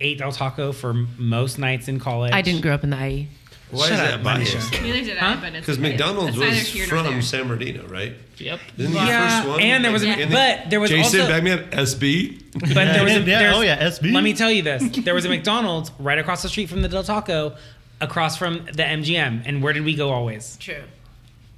ate Del Taco for m- most nights in college.
I E. didn't grow up in the IE.
Why
Shut
is
up,
that
Manisha.
biased?
Neither did I, but it's
Because
okay.
McDonald's
That's neither
was
here nor
from
there.
San Bernardino, right?
Yep.
Isn't
Yeah,
the first one?
and there was a-
in the-
but there was
Jason,
also-
back me up. SB.
But there was a,
Yeah,
there's-
oh yeah, SB.
Let me tell you this: there was a McDonald's right across the street from the Del Taco, across from the MGM. And where did we go always?
True.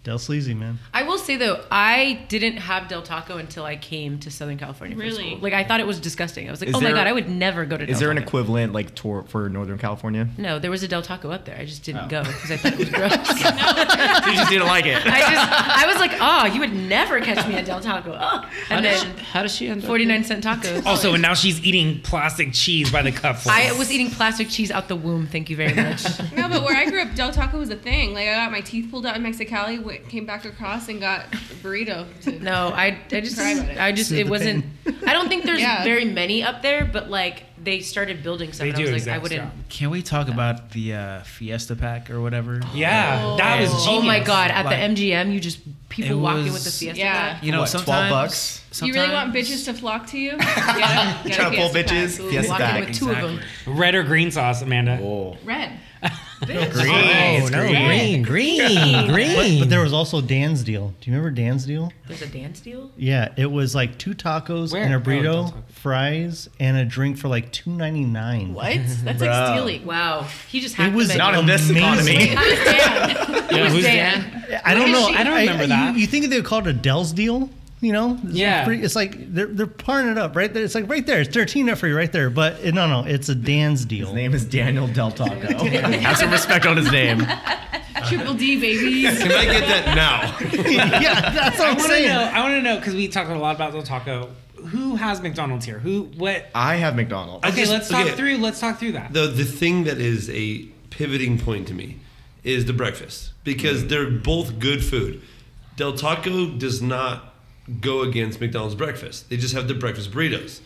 Del Sleazy, man.
I will say though, I didn't have Del Taco until I came to Southern California. for
Really?
school. Like I thought it was disgusting. I was like,
Is
oh my
there-
god, I would never go to. Del
Is there an
Taco.
equivalent like tour for Northern California?
No, there was a Del Taco up there. I just didn't
Oh.
go because I thought it was gross.
you just didn't like it.
I just, I was like, oh, you would never catch me at Del Taco. Oh.
How
And
does,
then
she, how does she end up?
49 cent tacos.
Also, and now she's eating plastic cheese by the cupful.
I was eating plastic cheese out the womb. Thank you very much.
No, but where I grew up, Del Taco was a thing. Like I got my teeth pulled out in Mexicali, went, came back across, and got a burrito. to-
No, I, I just,
Cry about it.
I just,
Soothe
it
the
wasn't. I don't think there's
Yeah.
very many up there, but like they started building some.
They
and I was
do
like,
exist,
I wouldn't.
Can we talk about the uh, Fiesta Pack or whatever?
Yeah, that was
Oh my god! At
Like,
the MGM, you just people
It
walking
was-
with the Fiesta.
Yeah.
bag.
You know,
What, 12
sometimes-
bucks?
You really want bitches to flock to you? Get a- get a
Trying to pull
Fiesta
bitches?
pack. Ooh,
Fiesta
walking
pack.
with
two of them.
red or green sauce, Amanda.
Oh.
Red.
No,
Green. Oh,
It's
no, green, green, green.
But, but there was also Dan's deal. Do you remember Dan's deal?
There's a dance deal?
Yeah, it was like two tacos
Where?
and a
Oh,
burrito,
don't talk.
fries, and a drink for like two ninety nine.
What? That's like stealing. Wow. He just hacked
It was
the menu.
not in this economy.
Wait, who's Dan?
Yeah,
Who's
who's
Dan?
I don't
Where is
know.
she?
you- You, think they would call it a Dell's deal? You know? It's
Yeah.
pretty- it's like they're they're parting it up right there. It's like right there. It's thirteen up for you right there. But it, no, no, it's a Dan's deal. His
name is Daniel Del Taco.
Have some respect on his name.
Triple D babies.
Can I get that now?
yeah, that's what
I
I'm
wanna
saying.
Know, I want to know because we talk a lot about Del Taco. Who has McDonald's here? Who? What?
I have McDonald's.
Okay,
I just-
let's talk
okay.
through. Let's talk through that.
The the thing that is a pivoting point to me is the breakfast
Mm-hmm.
because they're both good food. Del Taco does not go against McDonald's breakfast. They just have the breakfast burritos.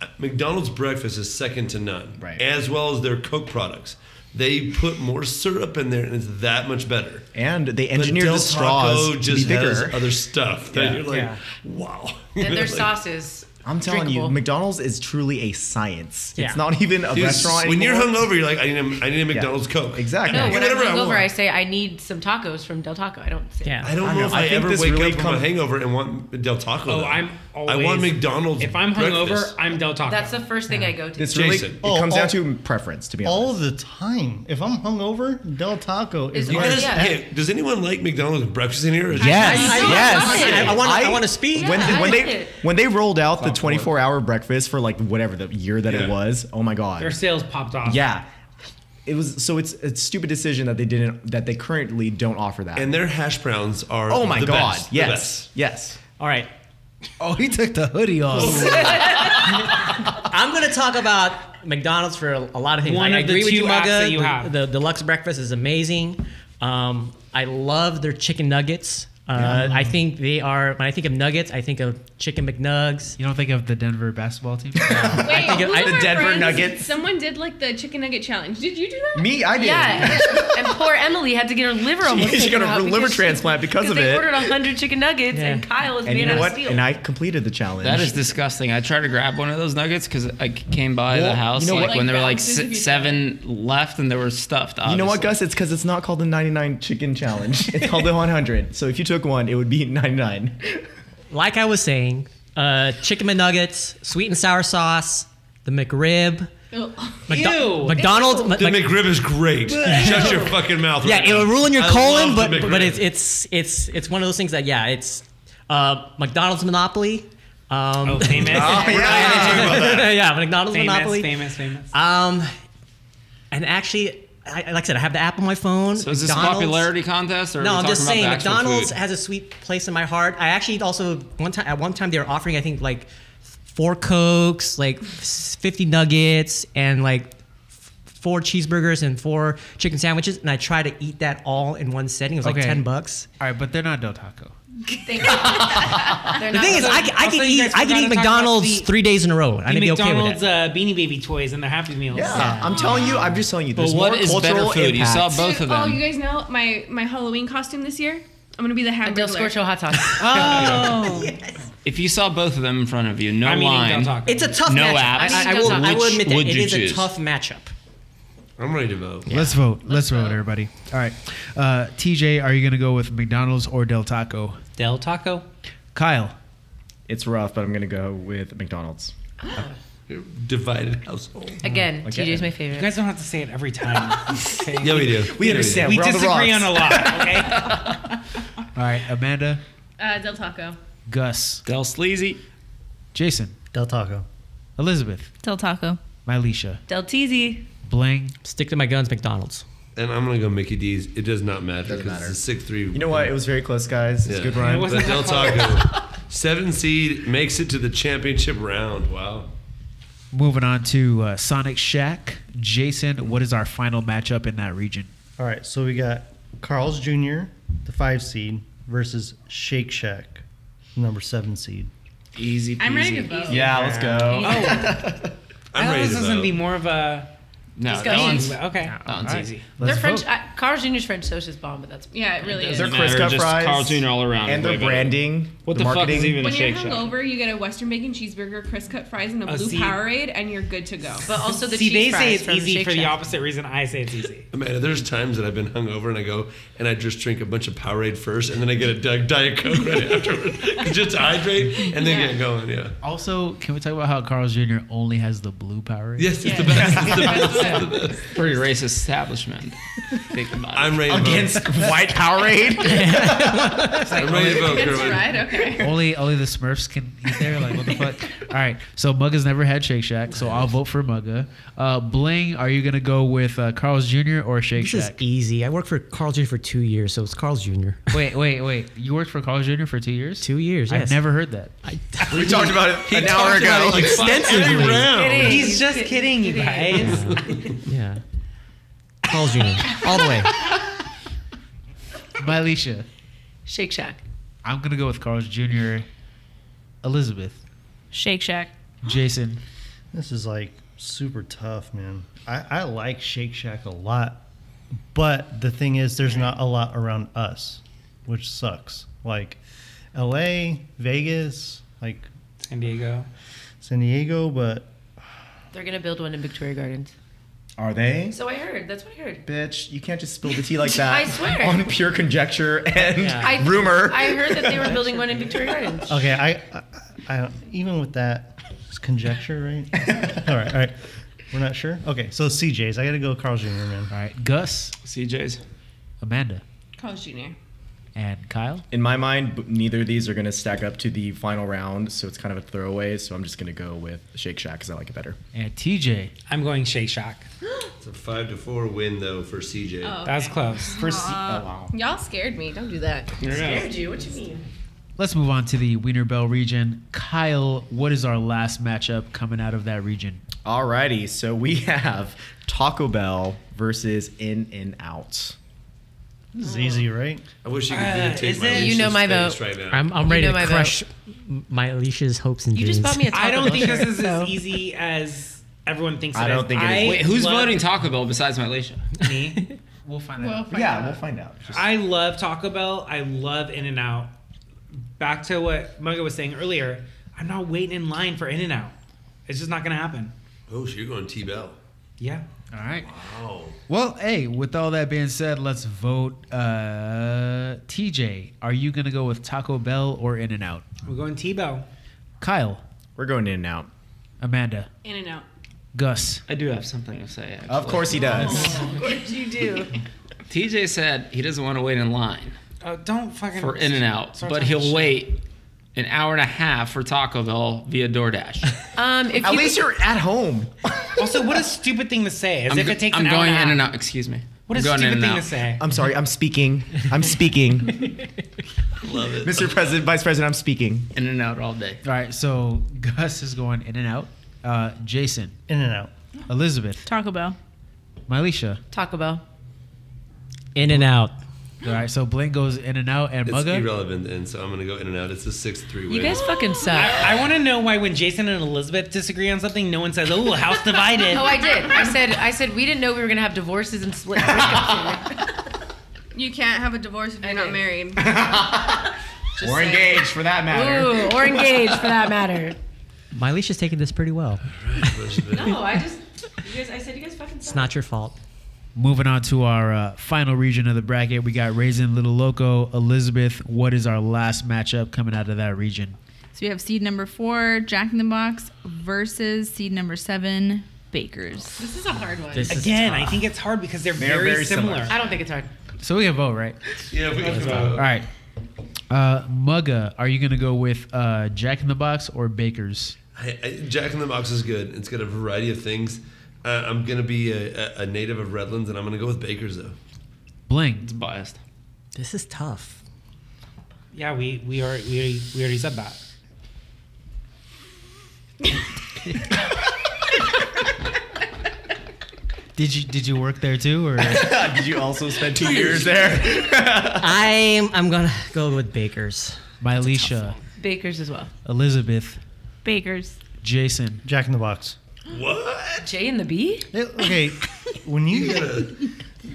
Uh, McDonald's breakfast is second to none, right. as well as their Coke products. They put more syrup in there, and it's that much better.
And they
But
engineered
Del
the straws
Taco
to be
just has
bigger.
other stuff. That
Yeah.
you're like,
Yeah.
wow.
And their
Like-
sauces.
I'm telling
drinkable.
you, McDonald's is truly a science.
Yeah.
It's not even a
Dude,
restaurant.
When you're
anymore.
hungover, you're like, I need a, I need a McDonald's Coke.
Exactly.
No,
I can
when
get
I'm
whatever I
hungover,
want.
I, say I need some tacos from Del Taco. I don't say.
Yeah.
I don't know, if I,
think
ever
this
wake
really
up
come-
from a hangover and want Del Taco.
Oh,
though.
I'm
I want
always-
McDonald's.
If I'm hungover,
breakfast.
I'm Del Taco.
That's the first thing I go to.
It's really,
Jason.
it
Oh,
comes
all-
down to preference, to be honest.
All the time. If I'm hungover, Del Taco is
You
my
guys-
snack.
Hey, does anyone like McDonald's breakfast in here? Yes,
I- I wanna- I wanna speak.
When,
Yeah, I
when
like
they
it.
when they rolled out the 24 hour breakfast for like whatever the year that it was, oh my god,
Their sales popped off.
yeah, it was. So it's a stupid decision that they didn't that they currently don't offer that.
And their hash browns are.
oh my
the
god,
best, the
yes,
best.
yes.
All right. Um,
Oh, he took the hoodie off.
Oh, I'm going to talk about McDonald's for a, a lot of things.
One
I
of the
agree with
two
you,
apps
Mugga.
that you
The-
have.
The, deluxe breakfast is amazing. Um, I love their chicken nuggets. Uh,
Yum.
I think they are. When I think of nuggets, I think of chicken McNugs.
You don't think of the Denver basketball team?
Wait,
think it-
who
I-
of
the
our
Denver
friends-
Nuggets.
Someone did like the chicken nugget challenge. Did you do that?
Me, I did.
Yeah, and poor Emily had to get her liver almost.
she
taken
got a
out
liver
because she-
transplant because of
they
it.
ordered hundred chicken nuggets,
Yeah.
and Kyle is
And you
made
know
out of
what?
steel.
And I completed the challenge.
That is disgusting. I tried to grab one of those nuggets because I c- came by
Well,
the house
you know
like
what-
when there were like
Like
si-
boxes
seven left and they were stuffed.
Ah,
Obviously.
You know what, Gus? It's because it's not called the 99 chicken challenge. It's called the 100. So if you took one, it would be 99.
Like I was saying, uh, chicken McNuggets, sweet and sour sauce, the McRib. McDo-
Oh. Ew.
McDonald's.
Ew.
Mc-
The
Mc-
McRib is great. Shut your fucking mouth.
Yeah,
right
it'll
now.
ruin your
I
colon,
love
but
the
but
McRib.
it's it's it's it's one of those things that yeah, it's uh, McDonald's Monopoly. Um,
Oh, famous. Oh, yeah. We're not gonna talk about that.
yeah, McDonald's
famous,
Monopoly.
famous, famous.
Um, and actually, I, I- like I said, I have the app on my phone.
So is this a popularity contest or? are
no,
we
I'm
talking
just
about the
saying
actual
McDonald's
food?
has a sweet place in my heart. I actually also one time at one time they were offering I think like four cokes, like s- 50 nuggets, and like f- four cheeseburgers and four chicken sandwiches, and I tried to eat that all in one setting. It was like
Okay.
10 bucks.
All right, but they're not Del Taco.
They're
The
not-
thing is, I, c- I
Also,
can
you
eat
guys
I can eat
forgot to talk about
McDonald's
the-
three days in a row. and I'd
the
be okay with
McDonald's
that.
uh, Beanie Baby toys and their Happy Meals.
Yeah, I'm telling you. I'm just telling you.
But
There's
what
more
is better
cultural
food? You saw
impact.
both of
Oh,
them.
you guys know my my Halloween costume this year. I'm gonna be the hamburger.
Del Scorcho hot sauce.
Oh. If you saw both of them in front of you, no
I'm eating Del
line.
Taco.
It's a tough
no
matchup.
apps.
I, I will, I will
Which
admit that
would
it
you
is
choose?
a tough matchup.
I'm ready to vote.
Let's vote. Let's, vote, everybody. All right. Uh, TJ, are you going to go with McDonald's or Del Taco?
Del Taco.
Kyle.
It's rough, but I'm gonna go with McDonald's. Mm-hmm.
Divided household.
Again,
Okay.
TJ's my
You
favorite.
guys don't have to say it every time. okay?
Yeah, we do.
We
Yeah,
understand.
We
We're on the
disagree on
rocks.
a lot. Okay.
All right. Amanda,
Uh, Del Taco.
Gus,
Del Sleazy.
Jason,
Del Taco.
Elizabeth,
Del Taco.
Mylisha,
Del Teasy.
Bling.
Stick to my guns, McDonald's.
And I'm gonna go Mickey D's. It does not matter because it's a six three.
You know what? It was very close, guys. It's a good run.
It wasn't
But Del
that
Taco, seven seed makes it to the championship round. Wow.
Moving on to uh, Sonic Shack. Jason, what is our final matchup in that region?
All right, so we got Carl's Jr., the five seed, versus Shake Shack, number seven seed.
Easy.
I'm ready to
peasy.
vote.
Yeah, let's go.
Oh, I
I'm
thought
ready
this
to
was gonna
vote.
be more of a
No,
Discussions.
that one's-
Okay.
That one's
All right.
easy.
They're French. I, Carl's Jr.'s French toast is bomb, but that's
Yeah, it really is.
Their Crisco
just
fries
Carl's Jr. all around
and
is
their
way better.
branding.
What the fuck is
marketing.
even a
When you're
Shake Shack.
hungover, you get a Western bacon cheeseburger, crisp cut fries, and a
Oh,
blue
see.
Powerade, and you're good to go. But also
See, they say it's easy for the opposite reason I say it's easy.
Man, there's times that I've been hungover and I go and I just drink a bunch of Powerade first, and then I get a Di- Diet Coke right afterwards, just to hydrate and then get going. Yeah.
Also, can we talk about how Carl's Jr. only has the blue power?
Yes, it's the best. It's the best. It's the best.
Pretty racist establishment. Think about
I'm ready to
Against
vote.
white Powerade.
I'm ready to vote,
That's
Kermit.
right. Okay.
only only the Smurfs can eat there. Like what the fuck? All right. So Mugga's never had Shake Shack, so I'll vote for Mugga. Uh, Bling, are you gonna go with uh, Carl's Jr. or Shake
This is
Shack?
easy. I worked for Carl's Jr. for two years, so it's Carl's Jr.
wait, wait, wait. You worked for Carl's Jr. for two years.
Two years.
I've
yes.
never heard that.
we talked about it an hour ago.
extensively.
He's just kidding, you guys.
Yeah. Carl's Jr. All the way.
My Alicia,
Shake Shack.
I'm gonna go with Carl's Jr. Elizabeth,
Shake Shack.
Jason.
This is like super tough, man. I, I like Shake Shack a lot, but the thing is, there's not a lot around us, which sucks. Like LA, Vegas, like
San Diego.
San Diego, but
They're gonna build one in Victoria Gardens.
Are they?
So I heard. That's what I heard.
Bitch, you can't just spill the tea like that.
I swear.
On pure conjecture and
I,
rumor.
I heard that they were building one in Victoria Gardens.
okay, I, I, I even with that, it's conjecture, right? all right, all right. We're not sure. Okay, so CJ's. I got to go, Carl Jr. Man.
All right, Gus,
CJ's.
Amanda,
Carl's Jr.
and Kyle.
In my mind, b- neither of these are going to stack up to the final round, so it's kind of a throwaway. So I'm just going to go with Shake Shack because I like it better.
And TJ.
I'm going Shake Shack.
It's a five to four win though for CJ.
Oh,
That was close. For C- oh,
Oh,
Y'all scared me. Don't do that.
Scared you? What you mean?
Let's move on to the Wiener Bell region. Kyle, what is our last matchup coming out of that region?
Alrighty, so we have Taco Bell versus In and Out.
This is easy, right?
I wish you could
Uh,
videotape
is
my
it-
You know
Lisa's
my
face
vote.
right now.
I'm, I'm
You
ready
know
to
my
crush m- my Alicia's hopes and
You
dreams.
just bought me a taco.
I don't
Bell
think this
shirt,
is
so-
as easy as everyone thinks.
I
it
don't
is.
think it is.
I
Wait,
Wait, who's
love-
voting Taco Bell besides my Alicia?
Me? We'll find out.
Yeah, we'll find out.
I love Taco Bell. I love In and Out. Back to what Mugga was saying earlier, I'm not waiting in line for In and Out. It's just not gonna happen.
Oh, so you're going T Bell.
Yeah.
All right.
Wow.
Well, hey, with all that being said, let's vote. Uh, TJ, are you going to go with Taco Bell or In N Out?
We're going T Bell.
Kyle,
We're going In and Out.
Amanda,
In and out.
Gus.
I do have something to say. Actually.
Of course he does.
Of course you do.
TJ said he doesn't want to wait in line
Oh, don't fucking
for In and Out,
start
but
talking
he'll
shit.
wait an hour and a half for Taco Bell via DoorDash.
Um, if
At
you,
least you're at home.
Also, what a stupid thing to say. As
I'm,
if
go-
it takes
I'm
an hour
going
and a half.
In and Out. Excuse me.
What a
I'm going
stupid thing to
In-N-Out.
say.
I'm sorry, I'm speaking. I'm speaking.
Love it.
Mr. President, Vice President, I'm speaking.
In and Out all day.
All right, so Gus is going In N Out. Uh, Jason,
In and out.
Elizabeth,
Taco Bell.
Mylisha.
Taco Bell.
In and out.
All right, so Blaine goes In and Out and
It's
Mugga.
irrelevant then, so I'm gonna go in and out. It's a six three win.
You guys fucking suck.
I, I want to know why when Jason and Elizabeth disagree on something, no one says, "Oh, house divided."
Oh, I did. I said. I said we didn't know we were gonna have divorces and split. Just
You can't have a divorce if you're not
did.
married.
We're
saying.
engaged for that matter.
Ooh, or engaged for that matter.
My Alicia's taking this pretty well.
No, I just. You guys. I said you guys fucking
It's
suck.
not your fault.
Moving on to our uh, final region of the bracket, we got Raisin Little Loco. Elizabeth, what is our last matchup coming out of that region?
So we have seed number four, Jack in the Box, versus seed number seven, Bakers.
This is a hard one.
Again, I think it's hard because they're,
They're
very,
very
similar.
similar.
I don't think it's hard.
So we can vote, right?
Yeah, we can
All right. Uh, Mugga, are you going to go with uh, Jack in the Box or Baker's?
I, I, Jack in the Box is good. It's got a variety of things. Uh, I'm gonna be a, a, a native of Redlands, and I'm gonna go with Baker's though.
Bling.
It's biased.
This is tough.
Yeah, we we are we already, we already said that.
Did you did you work there too, or
Did you also spend two years there?
I'm I'm gonna go with Baker's.
my Alicia,
Bakers as well.
Elizabeth,
Bakers.
Jason?
Jack in the Box.
What?
What, Jay and the Bee?
okay, when you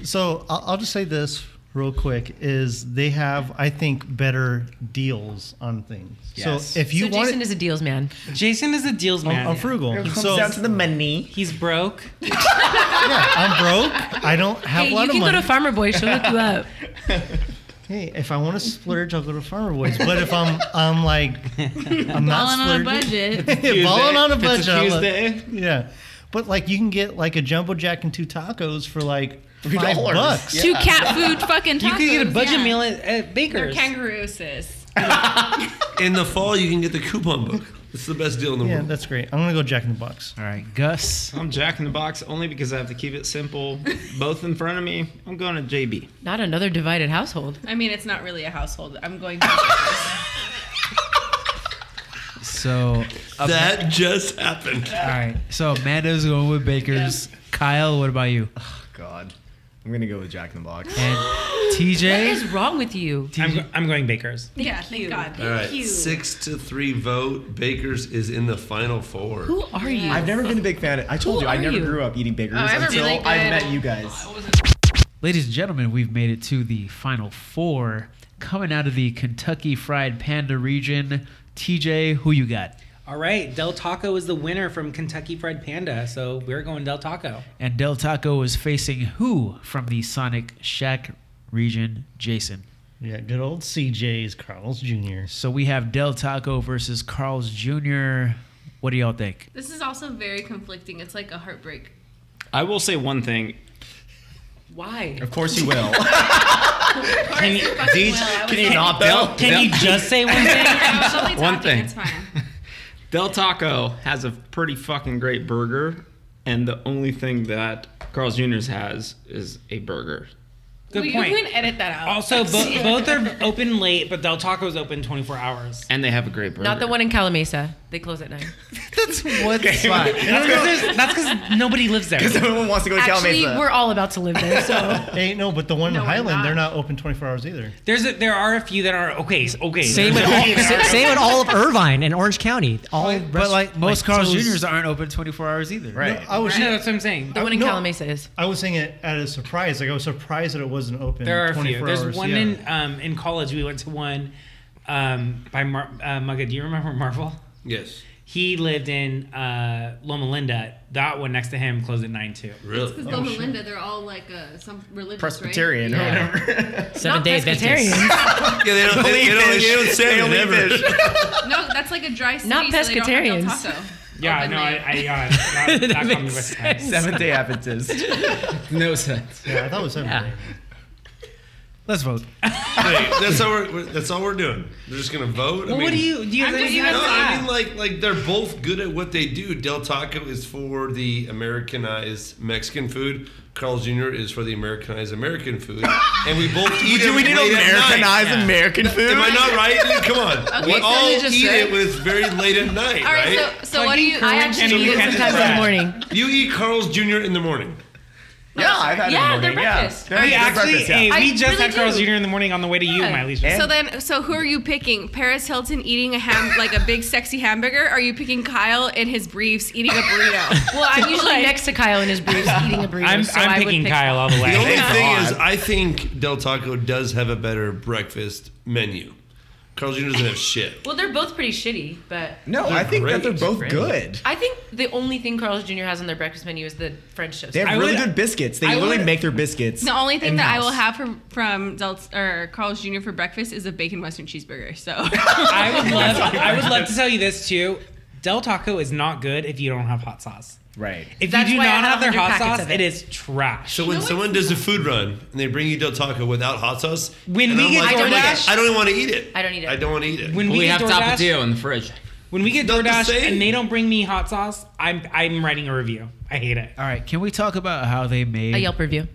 so I'll, I'll just say this real quick is they have I think better deals on things.
Yes.
So if you
So
want,
Jason is a deals man.
Jason is a deals
I'm-
man.
I'm frugal. It comes So- down to
the money. He's broke.
yeah, I'm broke. I don't have
Hey,
a
you
lot of
can
money.
go to Farmer Boy. She'll look you up.
Hey, if I want to splurge, I'll go to Farmer Boys. But if I'm, I'm like, I'm not
Balling on a
splurging.
budget.
Yeah, balling on a
If
budget.
it's a
I'm like-
Tuesday.
yeah, but like you can get like a jumbo jack and two tacos for like
Three
five
dollars.
bucks.
Two cat food fucking tacos.
You could get a budget
yeah.
meal at, at
They're
Baker's.
kangaroos, sis.
In the fall, you can get the coupon book. It's the best deal in the
Yeah,
world.
that's great. I'm gonna go Jack in the Box.
All right, Gus.
I'm Jack in the Box only because I have to keep it simple. Both in front of me. I'm going to JB.
Not another divided household.
I mean, it's not really a household. I'm going. To-
So up-
That just happened.
All right. So Amanda's going with Baker's. Kyle, what about you?
God. I'm going to go with Jack in the Box.
And
What
TJ.
is wrong with you?
I'm, go- I'm going Baker's.
yeah, thank God. Thank
All right,
you.
six to three vote. Bakers is in the final four.
Who are you?
I've never been a big fan. Of, I told
Who
you I
are
never
you?
grew up eating bakers
Oh, I have a
until
really
I
good-
met you guys.
Ladies and gentlemen, we've made it to the final four. Coming out of the Kentucky Fried Panda region, TJ, who you got?
All right, Del Taco is the winner from Kentucky Fried Panda, so we're going Del Taco.
And Del Taco is facing who from the Sonic Shack region, Jason?
Yeah, good old CJ's Carl's Jr.
So we have Del Taco versus Carl's Jr. What do y'all think?
This is also very conflicting. It's like a heartbreak.
I will say one thing.
Why?
Of course you will.
Can you,
Can you not, Bill?
Can you just say one thing?
One
One
thing.
thing.
It's fine.
Del Taco has a pretty fucking great burger, and the only thing that Carl's Jr.'s has is a burger.
Good
Well,
point.
You can edit that out.
Oh.
Also, bo- both are open late, but Del Taco's open 24 hours.
And they have a great burger.
Not the one in Calamesa. They close at nine.
That's one spot.
That's because nobody lives there.
Everyone wants to go to
Actually,
Calamesa.
we're all about to live there. So
Hey, no, but the one
No,
in
I'm
Highland,
not.
they're not open 24 hours either.
There's a, there are a few that are okay. s- Okay,
Same with
there's a few
all,
that
sa-
are-
same with all of Irvine and Orange County. All
But
rest-
like most Carl's
those-
Jr.'s aren't open 24 hours either.
right.
I was,
No, that's what I'm saying.
the one in
No.
Calamesa is.
I was saying it at a surprise. Like I was surprised that it wasn't open.
There are a
24
few. There's
hours.
one
yeah.
in um, in college. We went to one um, by Mar- uh, Mugga. Do you remember Marvel?
Yes.
He lived in uh, Loma Linda. That one next to him closed at nine too.
Really?
Because Loma Linda, they're all like uh, some religious
Presbyterian
Right?
or
Yeah.
whatever.
seven
Not
days
Presbyterian.
Yeah, they don't, they, they don't, they don't say it ever.
No, that's like a dry city.
Not
so they don't have Del
pescatarians.
Taco.
Yeah,
Open
no, I,
late.
I yeah, that, that caught me by surprise.
Seventh day Adventist.
no sense.
Yeah, I thought it was seven. days.
Let's vote.
Wait, that's all we're, we're- that's all we're doing. We're just gonna vote. I
Well, what do
mean-
you do? You have
I'm just
anything
gonna
No,
else?
I mean like like they're both good at what they do. Del Taco is for the Americanized Mexican food. Carl's Jr. is for the Americanized American food, and we both eat
Do
it
we need
late at night.
Americanized American food?
Am I not right? Come on,
Okay,
we
so
all
you just
eat
said-
it when it's very late at night,
All right,
right?
so so what do you? I
Actually,
actually
eat it
eat
sometimes in the morning.
you eat Carl's Jr. in the morning.
Yeah, I've had it in the
Yeah,
morning,
they're
yeah.
breakfast.
They're
We
good
actually,
breakfast, yeah.
hey,
I
we just
really
had Carl's
do.
Jr. in the morning on the way to you, my least.
So then, so who are you picking? Paris Hilton eating a ham, like a big sexy hamburger? Or are you picking Kyle in his briefs eating a burrito?
Well, I'm usually next to Kyle in his briefs eating a burrito.
I'm,
so I
I'm
would
picking
pick-
Kyle all the way.
The only
Yeah.
thing is, I think Del Taco does have a better breakfast menu. Carl's Jr. doesn't have shit.
Well, they're both pretty shitty, but
No, I think that they're
great.
both good.
I think the only thing Carl's Jr. has on their breakfast menu is the French toast.
They have
I
really
would-
good biscuits. They
I
literally
would-
make their biscuits.
the only thing that I will have
in-house.
from from Del or Carl's Jr. for breakfast is a bacon western cheeseburger. So
I would love, I would love to tell you this too. Del Taco is not good if you don't have hot sauce.
Right.
If
That's
you do
why I
not
had
have their
100
hot
packets
sauce,
of it.
it is trash.
So when someone does a food run and they bring you Del Taco without hot sauce,
When
and
we
I'm
get
like, "Oh
DoorDash-
I don't even want to eat it.
I don't eat it.
I don't want to eat it.
when
We,
we, get
have
DoorDash,
Tapatio in the fridge.
When we get
Not the
DoorDash
same.
and they don't bring me hot sauce, I'm I'm writing a review. I hate it.
All right. Can we talk about how they mat
a Yelp review.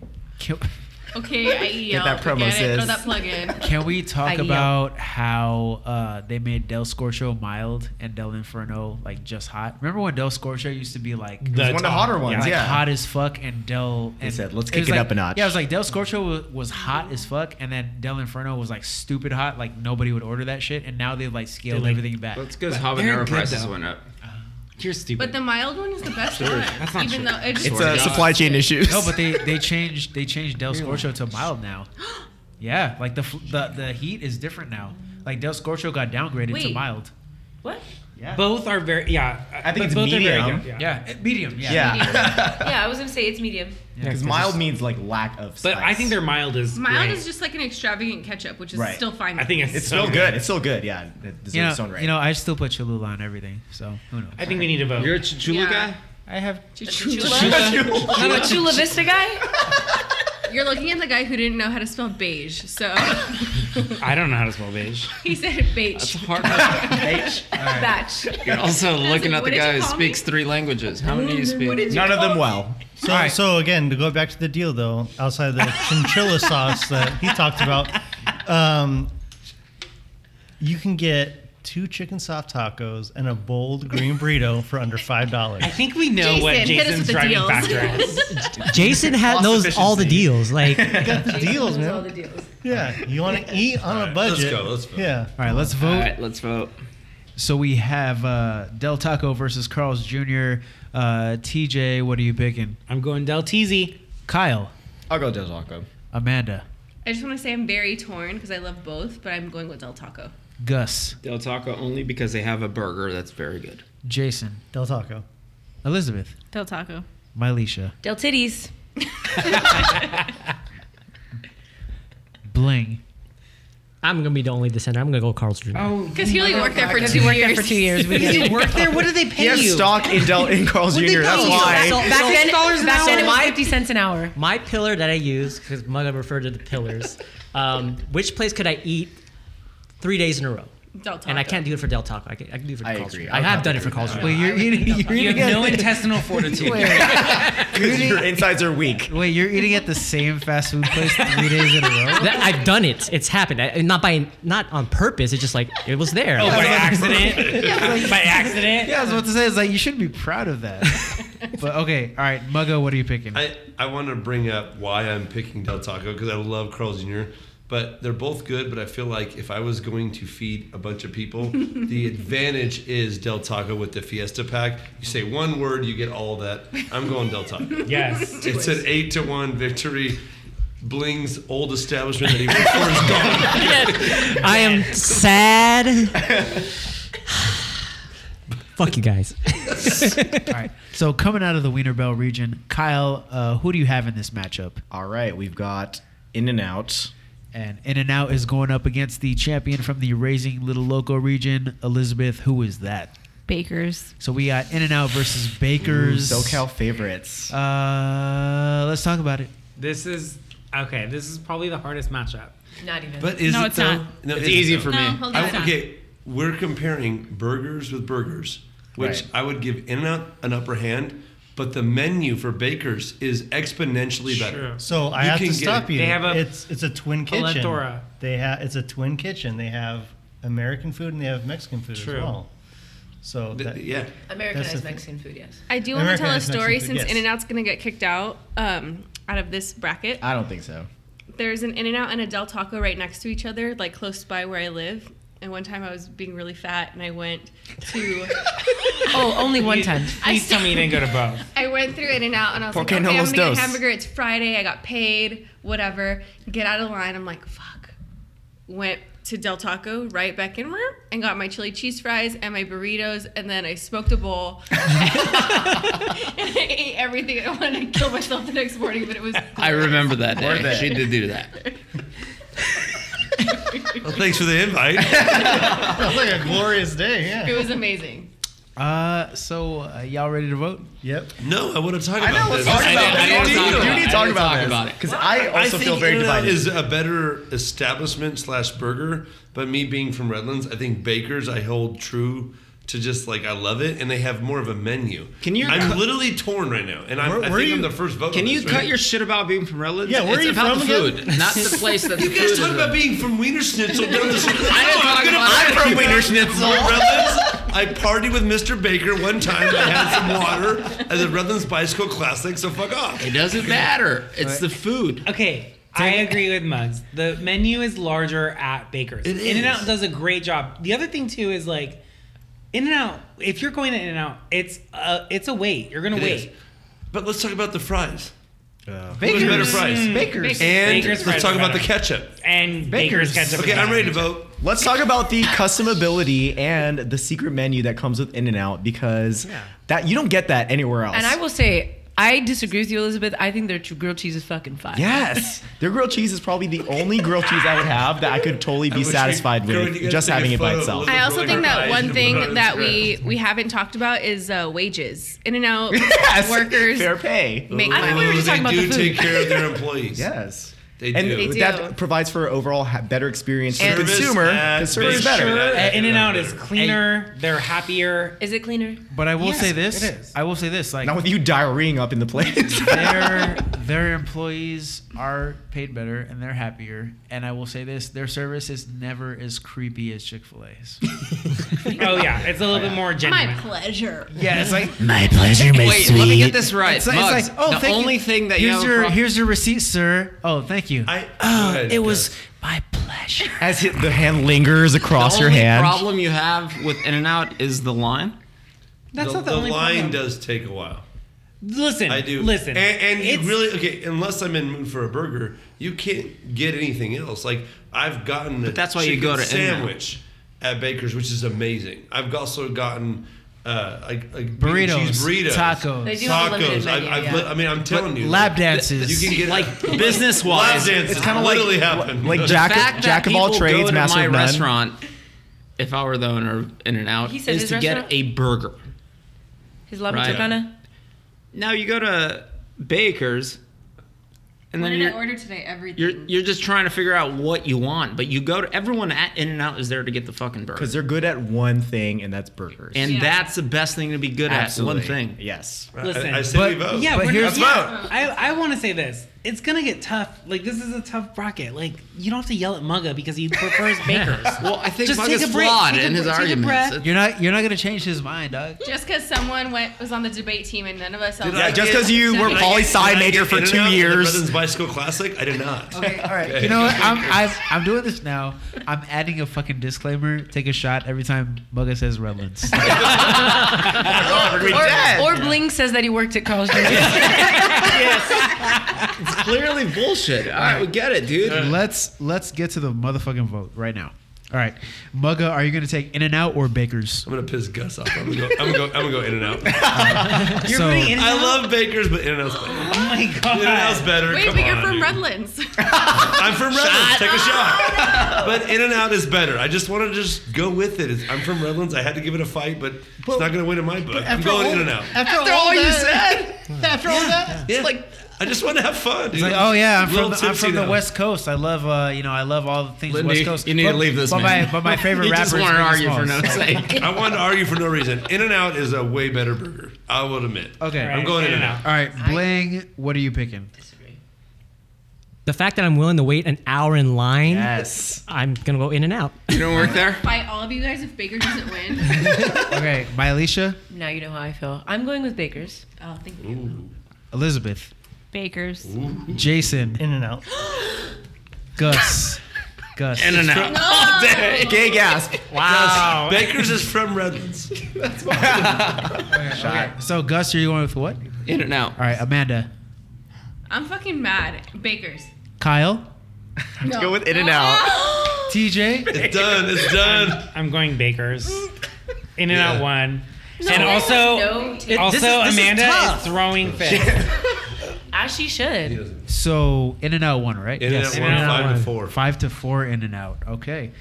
okay, I eat
Get that promo,
It, throw
sis.
that plug in.
Can we talk
Ay, yo.
about how uh, they made Del Scorcho mild and Del Inferno like just hot? Remember when Del Scorcho used to be like
It was one of the hotter ones,
like,
yeah.
hot as fuck, and Del and
said, "Let's
was
kick it
like-
up a notch."
Yeah, I was like Del Scorcho was, was hot as fuck, and then Del Inferno was like stupid hot, like nobody would order that shit, and now they've like scaled
They're like,
everything back.
That's because
they're
habanero
good,
prices
though.
went up.
You're stupid.
But the mild one is the best
Sure.
one.
That's not
Even
true.
though it just
It's, uh, supply chain issues.
No, but they they changed they changed Del
Really?
Scorcho to mild now. Yeah, like the fl- the the heat is different now. Like Del Scorcho got downgraded to
Wait.
mild.
What?
Yeah.
Both are very yeah.
I think
but
it's
both Are very
medium.
good, yeah.
Yeah, medium.
Yeah.
yeah, I was gonna say it's medium.
Because mild means like lack of
But I think their mild is
mild
great.
is just like an extravagant ketchup, which is
Right.
still fine.
it's still good. It's still good. Yeah, it deserves
You know,
its own right.
you know, I still put Cholula on everything. So who knows?
I think we need to vote. You're
a Chichula
Yeah. guy?
I have
Chula. Chula Vista guy? You're looking at the guy who didn't know how to spell beige, so
I don't know how to spell beige.
he said beige. That's
hard.
beige? Batch.
You're also looking at
what
the
did
guy
you
who
call me?
speaks three languages. How many do you speak?
well.
So, so again, to go back to the deal though, outside of the chinchilla sauce that he talked about, um, you can get two chicken soft tacos and a bold green burrito for under five dollars.
I think we know
Jason,
what
hit us with
Jason's
the
driving
deals.
factor is.
Jason had
Cost
knows all the deals. Like
got the deals, man. Yeah, you want to eat on a budget. Yeah.
All right, let's vote.
All right, let's vote.
So we have uh, Del Taco versus Carl's Jr. Uh, TJ, what are you picking?
I'm going Del Teezy.
Kyle.
I'll go Del
Oh.
Taco.
Amanda.
I just want to say I'm very torn because I love both, but I'm going with Del Taco.
Gus.
Del Taco only because they have a burger that's very good.
Jason.
Del Taco.
Elizabeth.
Del Taco.
Mylisha.
Del Titties.
Bling.
I'm gonna be the only dissenter. I'm gonna go Carl's Jr.
Oh,
Because he only worked there for two
He worked
years.
there for two years. We get it.
He has stock in Del in Carl's Jr. That's why.
So-
back
so-
then, back then it was
my-
fifty cents an hour.
My pillar that I use, because Mugga referred to the pillars, um, which place could I eat three days in a row?
Del
And I
Taco.
can't do it for Del Taco. I can, I can do it for
I
Carl's
agree.
Jr.
I
I have
would
done it
agree
for
with
Carl's
that.
Jr.
Well,
you're eating- you're
You
eating
have
at-
no intestinal fortitude.
your insides are weak.
Wait, you're eating at the same fast food place three days in a row?
That- I've done it. It's happened. I, not by not on purpose. It's just like it was there.
Oh, by accident. by accident.
Yeah, I was about to say, it's like, you should be proud of that. but okay, all right, Mugga, what are you picking?
I, I want to bring up why I'm picking Del Taco because I love Carl's Jr. But they're both good, but I feel like if I was going to feed a bunch of people, the advantage is Del Taco with the Fiesta Pack. You say one word, you get all that. I'm going Del Taco.
Yes.
It's an eight to one victory. Bling's old establishment that he worked for is gone.
I am sad. Fuck you guys.
all right, so coming out of the Wiener Bell region, Kyle, uh, who do you have in this matchup?
All right, we've got In and Out.
And In and Out is going up against the champion from the Raising Little Loco region, Elizabeth. Who is that?
Bakers.
So we got In and Out versus Baker's.
SoCal favorites.
Uh, let's talk about it.
This is okay. This is probably the hardest matchup.
Not even.
But is it though?
It's
is it
easy
though?
for me. No, hold
I,
on.
okay, we're comparing burgers with burgers, which
Right.
I would give In and Out an upper hand, but the menu for Baker's is exponentially better.
So I
You
have
can
to
get-
stop you.
They have a
it's it's a twin kitchen.
plethora.
They have it's a twin kitchen. They have American food and they have Mexican food
True.
as well. So that,
yeah,
Americanized Mexican food, yes.
I do want to tell a
Americanized
story
Mexican food,
since
yes.
In N Out's going to get kicked out um, out of this bracket.
I don't think so.
There's an In N Out and a Del Taco right next to each other, like close by where I live. And one time I was being really fat and I went to.
Oh, only one
You-
time.
Please tell me you didn't go to both.
I went through In and Out and I was
Porque
like,
no
okay, I'm
los
gonna get a
dos.
hamburger. It's Friday. I got paid. Whatever. Get out of line. I'm like, fuck. Went to Del Taco right back in and got my chili cheese fries and my burritos and then I smoked a bowl and I ate everything. I wanted to kill myself the next morning, but it was.
I remember that
Worth
day.
it.
She did do that.
Well, thanks for the invite.
Sounds like a glorious day. Yeah.
It was amazing.
Uh, so uh, y'all ready to vote?
Yep.
no, I want to talk
I know.
about
Let's
this.
talk
I
about
did- I
this.
did
You
talk
do-
about
You
it.
need
I
to
did
talk
talk
about
about
this
it.
because I
I
also
think
feel very
In-N-Out
divided.
is a better establishment slash burger, but me being from Redlands, I think Baker's I hold true to just like I love it, and they have more of a menu.
Can you-
I'm literally torn right now, and I'm,
Where-
I
where
think
you-
I'm the first vote.
Can
on
you
this,
cut
right?
your shit about being from Redlands?
Yeah, where
it's
are you
about
from
the
again?
food, not the place that
You
the
guys
food
talk
is
about being from Wiener Schnitzel down the street.
I know,
I'm
talk
gonna-
about
I'm
it.
from Wiener Schnitzel. Redlands. I partied with Mr. Baker one time. I had some water at the Redlands Bicycle Classic, so fuck off.
It doesn't matter. It's the food.
Okay, I agree with Muggs. The menu is larger at Baker's.
It
In and
is.
Out does a great job. The other thing too is like In and out. If you're going to In and Out, it's a it's a wait. You're gonna
It
wait.
is. But let's talk about the fries.
Bakers.
Bakers. better fries?
Mm, Bakers.
And
Bakers fries
let's talk
are
about the
better.
ketchup.
And Baker's, ketchup.
Okay, I'm ready to vote.
Let's talk about the customability and the secret menu that comes with In and Out because that you don't get that anywhere else.
And I will say, I disagree with you, Elizabeth. I think their ch- grilled cheese is fucking fire.
Yes, their grilled cheese is probably the only grilled cheese I would have that I could totally
I
be
wish we-
satisfied
Girl, you
with
gotta
just
take a
having it by
photo of
itself.
I also think that
Eyes
one
and
thing
buttons,
that
right.
we we haven't talked about is uh, wages. In and out
Yes,
workers
fair pay.
make
I
money.
we were
just talking
they
about
do
the food.
take care of their employees.
Yes.
They
and
do.
They do.
that provides for overall ha- better experience for the
Service
consumer.
at
The service is
Best
better.
Sure.
Uh, In and Out
Better.
is cleaner. They're happier.
Is it cleaner?
But I will
Yes,
say this.
it is.
I will say this. Like
Not with you diarrheaing up in the place.
their their employees are paid better and they're happier. And I will say this: their service is never as creepy as Chick Fil A's.
Oh yeah, it's a little bit more
My
genuine.
pleasure.
yeah, it's like
My pleasure,
Wait,
Miss
let me get this right.
it's like, it's
Muggs,
like, oh,
the
thank you.
only thing that you
here's
have a
your
prob-
here's your receipt, sir. Oh, thank you.
I,
oh,
Go ahead,
it
go
was
ahead.
my pleasure.
As hit, the hand lingers
the
across your
only
hand.
problem you have with In and Out is the line.
That's
the,
not the,
the
only
line
problem.
does take a while.
Listen,
I do.
Listen,
and, and you
it's-
really okay. Unless I'm in mood for a burger, you can't get anything else. Like I've gotten a
that's why you go
chicken
to In-N-Out.
sandwich at Baker's, which is amazing. I've also gotten uh, like, like beef and
Burritos,
cheese burritos,
tacos.
They do have a limited
tacos. I've,
menu,
I've,
yeah.
li- I mean, I'm telling you,
Lab
You
dances.
can get
Like business wise,
lab dances.
It's kinda like-
literally happened.
like
the
Jack-
fact
Jack
that
of all
people
trades,
go to
master
my
of none.
restaurant. If I were the owner of In and Out,
He said
is
his
to
restaurant?
get a burger.
His lava
Right.
chicana?
Now you go to Baker's, and
What
then
did I
you're,
order today? Everything.
you're you're just trying to figure out what you want. But you go to everyone at In and Out is there to get the fucking burger,
Because they're good at one thing, and that's burgers.
and
Yeah.
that's the best thing to be good
Absolutely.
at. One thing.
Yes.
Listen,
I, I say we
but-
vote.
Yeah,
But
but
here's-
here's yeah, I, I want to say this. It's gonna get tough. Like this is a tough bracket. Like you don't have to yell at Mugga because he prefers Baker's.
Well, I think
Just
Mug
take
is
a break,
flawed
take a
in his
break, take a breath.
arguments. It's-
You're not you're not gonna change his mind, dog.
Just because someone went was on the debate team and none of us. else-
I
Yeah, just
get-
because you were
Did I
poli
Did I
sci
get
major for
In-N-Out
two
at the
years.
Brother's Bicycle Classic. I did not.
Okay, all right. You know what? I'm I've, I'm doing this now. I'm adding a fucking disclaimer. Take a shot every time Mugga says Redlands.
Or, or Bling says that he worked at Carl's Jr.
It's clearly bullshit. All right, we get it, dude.
Uh, let's let's get to the motherfucking vote right now. All right, Mugga, are you gonna take In and Out or Baker's?
I'm gonna piss Gus off. I'm gonna go. I'm gonna go. I'm gonna go in and out.
You're
So-
putting in
I love Bakers, but in and out's better.
Oh my
In and out's
god.
better.
Wait,
Come
but you're
on,
from
dude.
Redlands.
I'm from Redlands. Take a shot. But In and Out is better. I just want to just go with it. It's- I'm from Redlands. I had to give it a fight, but it's not going to win in my book. I'm going In and Out.
After, all, you said.
Yeah. Like, I just want to have fun. Dude.
It's like, oh yeah, I'm
A little
from, I'm
tipsy
from the
now.
West Coast. I love, uh, you know, I love all the things
Lindy,
West Coast.
you need to
But-
leave this
But
man.
my but my favorite
You
rapper.
just
is
want to argue
Biggie
for
Smalls.
no sake.
I want to argue for no reason. In and Out is a way better burger. I will admit.
Okay.
I'm going In and
In-N-Out.
Out.
All right, Bling, what are you picking?
The fact that I'm willing to wait an hour in line,
Yes.
I'm gonna go in and out.
You don't work there.
By all of you guys, if Baker doesn't win,
Okay, my Alicia,
now you know how I feel. I'm going with Baker's.
oh, thank you.
Elizabeth,
Bakers.
Jason,
In and out.
Gus, Gus.
In and out.
Gay gasp.
Wow.
Bakers is from Redlands.
Okay, So Gus, are you going with what? All
In and out.
right, Amanda,
I'm fucking mad. Bakers.
Kyle,
No.
Go with In and Out.
TJ.
It's done. It's done.
I'm going Baker's. In and
Yeah.
out one. and
No,
also,
no, t-
also
this is- this is
Amanda is,
tough.
throwing fists.
as she should.
So In and Out one, right?
In and Out one,
In-N-Out
five
won.
to four.
Five to four In and Out. Okay,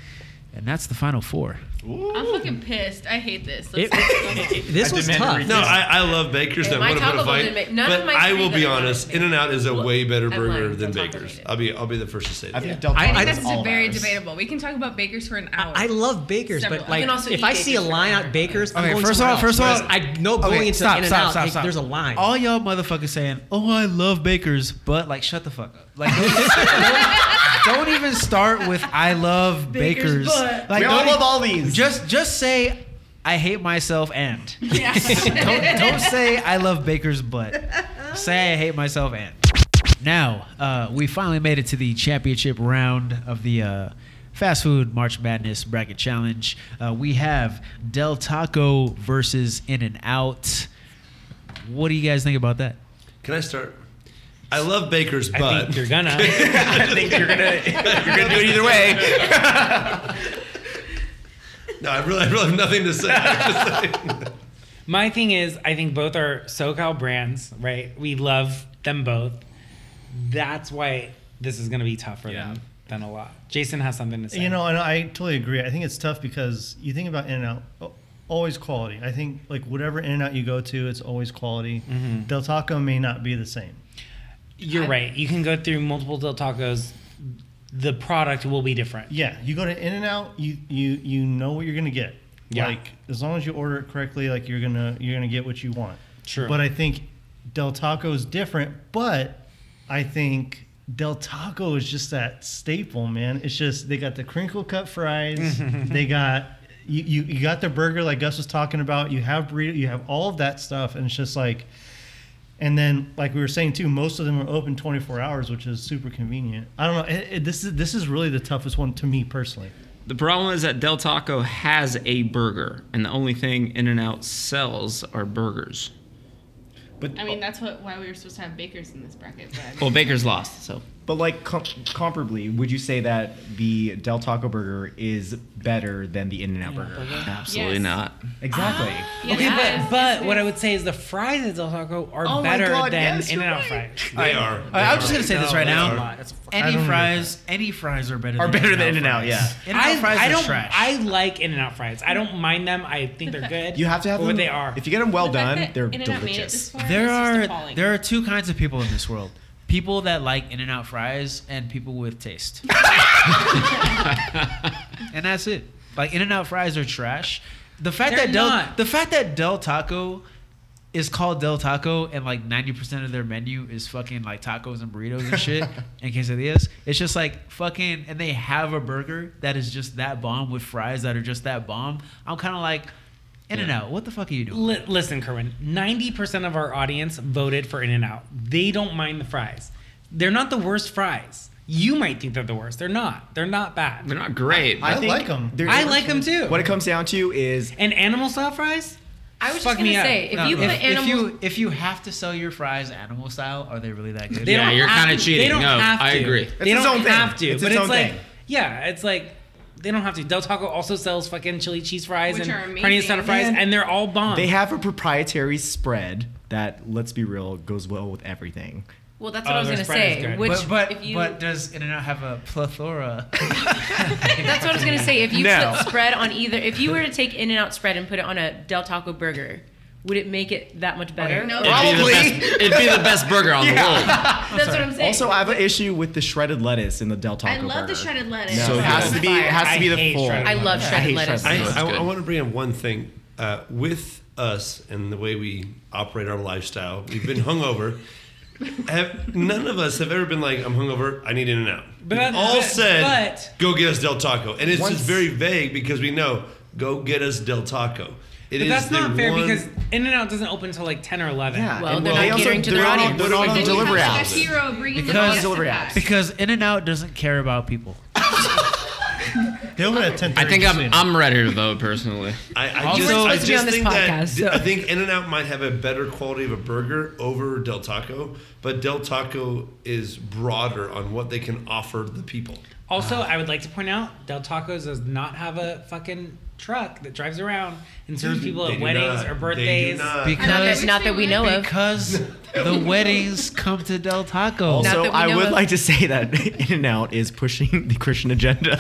and that's the final four.
I'm fucking pissed. I hate this. Let's-
It-
let's go.
This was tough.
No, I, I love Bakers.
Yeah,
and
my
I want to put
Taco
a
Bell
fight.
didn't make- none
but
of my
I
three
will
that
be
I wanted
honest.
made.
In and Out is a way better
I'm
burger
lying.
than
Don't talk about
Bakers.
it.
I'll be I'll be the first to say that.
I think this is very debatable. We can talk about Bakers for an hour.
I love Baker's,
Several.
but
You
like
can also
if
eat
I see a
Baker's.
line at Baker's, I'm
Okay,
going
first of
somewhere
all- first of
else.
all-
I know going
Okay,
into
stop,
In and
stop,
Out,
stop,
like,
stop.
there's a line.
All y'all motherfuckers saying, "Oh, I love bakers," but like, shut the fuck up. Like, don't, don't even start with "I love
Bakers,
bakers."
but-
Like,
We all
don't
love
e-
all these.
Just, just say, "I hate myself," and
Yeah.
don't, don't say, "I love bakers," but say, "I hate myself," and now uh, we finally made it to the championship round of the. Uh, Fast Food March Madness Bracket Challenge. Uh, we have Del Taco versus In and Out. What do you guys think about that?
Can I start? I love Baker's
I
butt.
think
you're gonna. I
think you're gonna-
You're
gonna do it either
way. no, I really, I really have nothing to say. I'm just like-
My thing is, I think both are SoCal brands, right? We love them both. That's why this is going to be tough for them than a lot. Jason has something to say.
You know, and I totally agree. I think it's tough because you think about In and Out, always quality. I think like whatever In and Out you go to, it's always quality.
Mhm.
Del Taco may not be the same.
You're right. You can go through multiple Del Tacos. The product will be different.
Yeah, you go to In and Out, you you you know what you're gonna get.
Yeah.
Like as long as you order it correctly, like you're gonna you're gonna get what you want.
True.
But I think Del Taco is different. But I think Del Taco is just that staple, man. It's just they got the crinkle cut fries. they got you, you you got the burger like Gus was talking about. You have burrito. You have all of that stuff, and it's just like. And then, like we were saying too, most of them are open 24 hours, which is super convenient. I don't know. It, it, this is this is really the toughest one to me personally.
The problem is that Del Taco has a burger, and the only thing In and Out sells are burgers. But
I mean, that's what why we were supposed to have bakers in this bracket. But
well, Baker's lost, so
But like com- comparably, would you say that the Del Taco burger is better than the In-N-Out burger?
Absolutely Yes. not.
Exactly.
okay, but, but what I would say is the fries at Del Taco are
Oh my
better
God,
than
yes,
In
you're
and Out
right.
fries.
They are. They I'm just are. gonna say this right now. Any fries- any fries are better.
Are
than
better than
In-N-Out
In-N-Out,
fries.
yeah.
In-N-Out
I,
fries
I
are
don't.
trash.
I like In and Out fries. I don't mind them. I think they're good.
You have to have
but
them-
What they are.
If you get them well done, they're
In-N-Out made it
delicious.
this far
There
is just
are
appalling.
there are two kinds of people in this world: people that like In and Out fries and people with taste. and that's it. Like In and Out fries are trash. The fact
They're
that Del
not.
the fact that Del Taco is called Del Taco and like ninety percent of their menu is fucking like tacos and burritos and shit and quesadillas. It's just like fucking and they have a burger that is just that bomb with fries that are just that bomb. I'm kind of like. In and out. What the fuck are you doing?
Li- listen, Kerwin. Ninety percent of our audience voted for In and Out. They don't mind the fries. They're not the worst fries. You might think they're the worst. They're not. They're not bad.
They're not great.
I like 'em. I like 'em too.
What it comes down to is
And animal style fries.
I
was just Fuck me gonna up. say, if you put
if
animals-
you if you have to sell your fries animal style, are they really that good?
They don't have to- They don't have to. They don't have to. but it's like,
thing.
yeah, it's like they don't have to. Del Taco also sells fucking chili cheese fries
Which are
and carne asada fries,
Man.
and they're all bomb.
They have a proprietary spread that, let's be real, goes well with everything.
Well, that's
Oh,
what I was gonna say. Which,
but but,
if you,
but does In and Out have a plethora?
that's what I was gonna say. If you
No.
put spread on either, if you were to take In and Out spread and put it on a Del Taco burger, would it make it that much better?
No.
Probably.
it'd be the best burger on the world.
That's what I'm saying.
Also, I have an issue with the shredded lettuce in the Del Taco
I love the
burger.
shredded lettuce.
No, it has to be. It has to be the full. hate
I,
shredded
I- I want to bring up one thing uh, with us and the way we operate our lifestyle. We've been hungover. Have, none of us have ever been like, "I'm hungover. I need In and Out." We've
But-
all
but-
said,
but-
"Go get us Del Taco," and it's
Once-
just very vague because we know, "Go get us Del Taco." It
but
is
that's
the
not fair
one-
because In and Out doesn't open until like ten or eleven.
Yeah, Well, and they're well, not they catering also- to their
they're audience. they're on the delivery apps.
Because-
because In and Out doesn't care about people.
they open at
I think I'm, I'm ready to vote personally.
I, I
Also-
just,
You weren't
I
supposed to be
just
on this
think that
podcast, so.
I think In and Out might have a better quality of a burger over Del Taco, but Del Taco is broader on what they can offer the people.
Also, I would like to point out Del Tacos does not have a fucking truck that drives around and serves people
They
at
do
weddings
not.
or
They do
birthdays.
Uh,
not.
Because
Not that we know of.
Because the weddings come to Del Taco.
Also, I would like to say that In and Out is pushing the Christian agenda.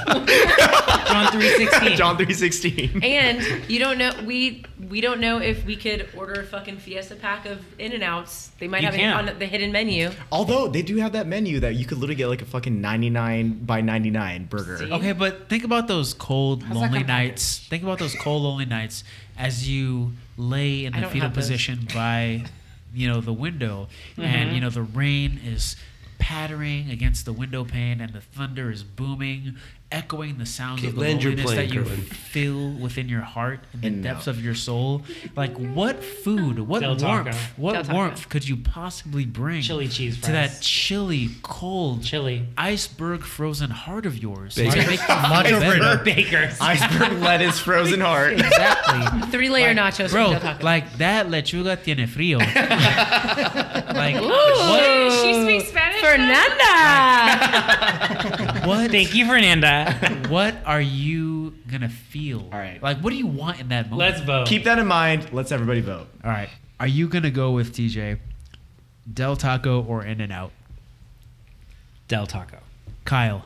John three sixteen.
John three sixteen.
And you don't know we we don't know if we could order a fucking Fiesta pack of In and Outs. They might
You
have
can.
it on the hidden menu.
Although they do have that menu that you could literally get like a fucking ninety nine by ninety nine burger.
Okay, but think about those cold,
that
lonely
come
nights. Think about those cold, lonely nights as you lay in
I
the
don't
fetal
have those.
position by, you know, the window,
Mhm.
and you know the rain is pattering against the window pane, and the thunder is booming, echoing the sounds
Okay,
of the
land your
loneliness
plane,
that you
Kerwin.
feel within your heart in the
And
depths
now.
of your soul. Like, what food, what
Del Taco.
warmth,
Del
what
Taco.
warmth could you possibly bring
Chili cheese
to
fries.
that chilly, cold, chilly iceberg frozen heart of yours?
Baker.
To make you much
Iceberg
better.
bakers. Iceberg lettuce frozen heart.
exactly.
Three layer nachos. from
Bro,
Del Taco.
like that lechuga tiene frío. like
Ooh.
what,
She speaks Spanish.
Fernanda.
what? Thank you, Fernanda. what are you gonna feel? All right. Like what do you want in that moment?
Keep that in mind. Let's everybody vote.
All right. Are you gonna go with TJ, Del Taco or In and Out?
Del Taco.
Kyle.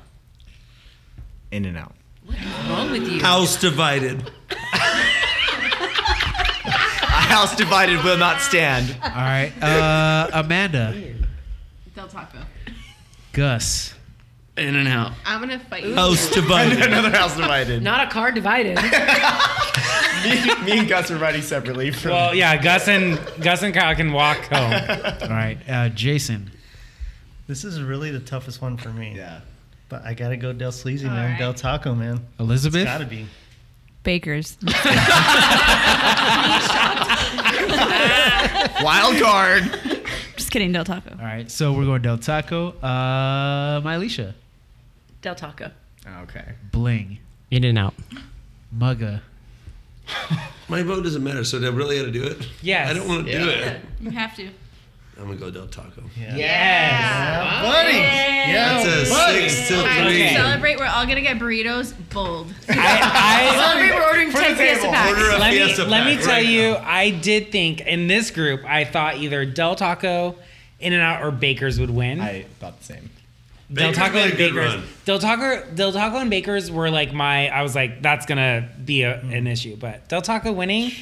In and Out.
What's wrong with you?
House divided. A house divided will not stand.
All right. Uh, Amanda,
Del Taco.
Gus.
In and out.
I'm gonna fight you.
Another house divided.
Not a car divided.
me, me and Gus are riding separately. From
Well, yeah, Gus and Gus and Kyle can walk home.
All right. Uh, Jason.
This is really the toughest one for me.
Yeah.
But I gotta go Del Sleazy,
All
man.
right.
Del Taco, man.
Elizabeth?
It's gotta be.
Bakers.
Wild card.
Just kidding, Del Taco.
All right. So we're going Del Taco. Uh, Mylisha.
Del Taco.
Okay.
Bling.
In and out.
Mugga.
My vote doesn't matter, so do I really got to do it?
Yes.
I don't want to do
Yeah.
it.
You have to.
I'm going to go Del Taco.
Yeah,
buddy.
Yeah, That's a buddy. six to
Alright,
three.
Celebrate. We're all gonna get burritos. Bold.
I-
Celebrate, we're ordering
For the
10
table.
Fiesta packs.
Order a
let me,
Fiesta
let me
pack
tell
right
you, I did think in this group, I thought either Del Taco, In and Out, or Baker's would win. I
thought the same.
Del
Baker's
Taco
made a
and
good
Baker's.
run.
Del Taco, Del Taco and Baker's were like my. I was like, that's gonna be a,
Mm-hmm.
an issue, but Del Taco winning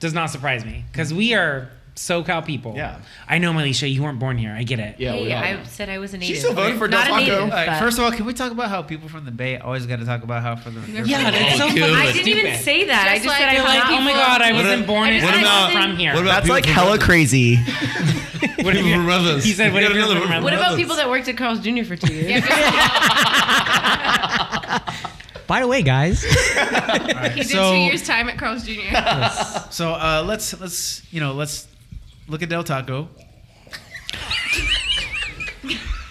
does not surprise me because we are SoCal people. Yeah, I know, Melisha, you weren't born here. I get it.
hey, I said I was a native.
still voted for Del
Not a
Taco.
native.
All right,
but-
First of all, can we talk about how people from the Bay always got to talk about how from the they're
Yeah,
from the
that's
Bay.
so Good. I didn't even say that. I just
like,
said I
they're
like
like, oh my
people-
god, I
What
wasn't
a-
born
I
in.
just- I
I'm not
wasn't-
from here.
What about That's like hella crazy.
what if
you
He said, what if you're from
What about people that worked at Carl's Jr. for two years?
By the way, guys.
He did
So-
two years time at Carl's Jr.
So uh, let's let's you know let's look at Del Taco.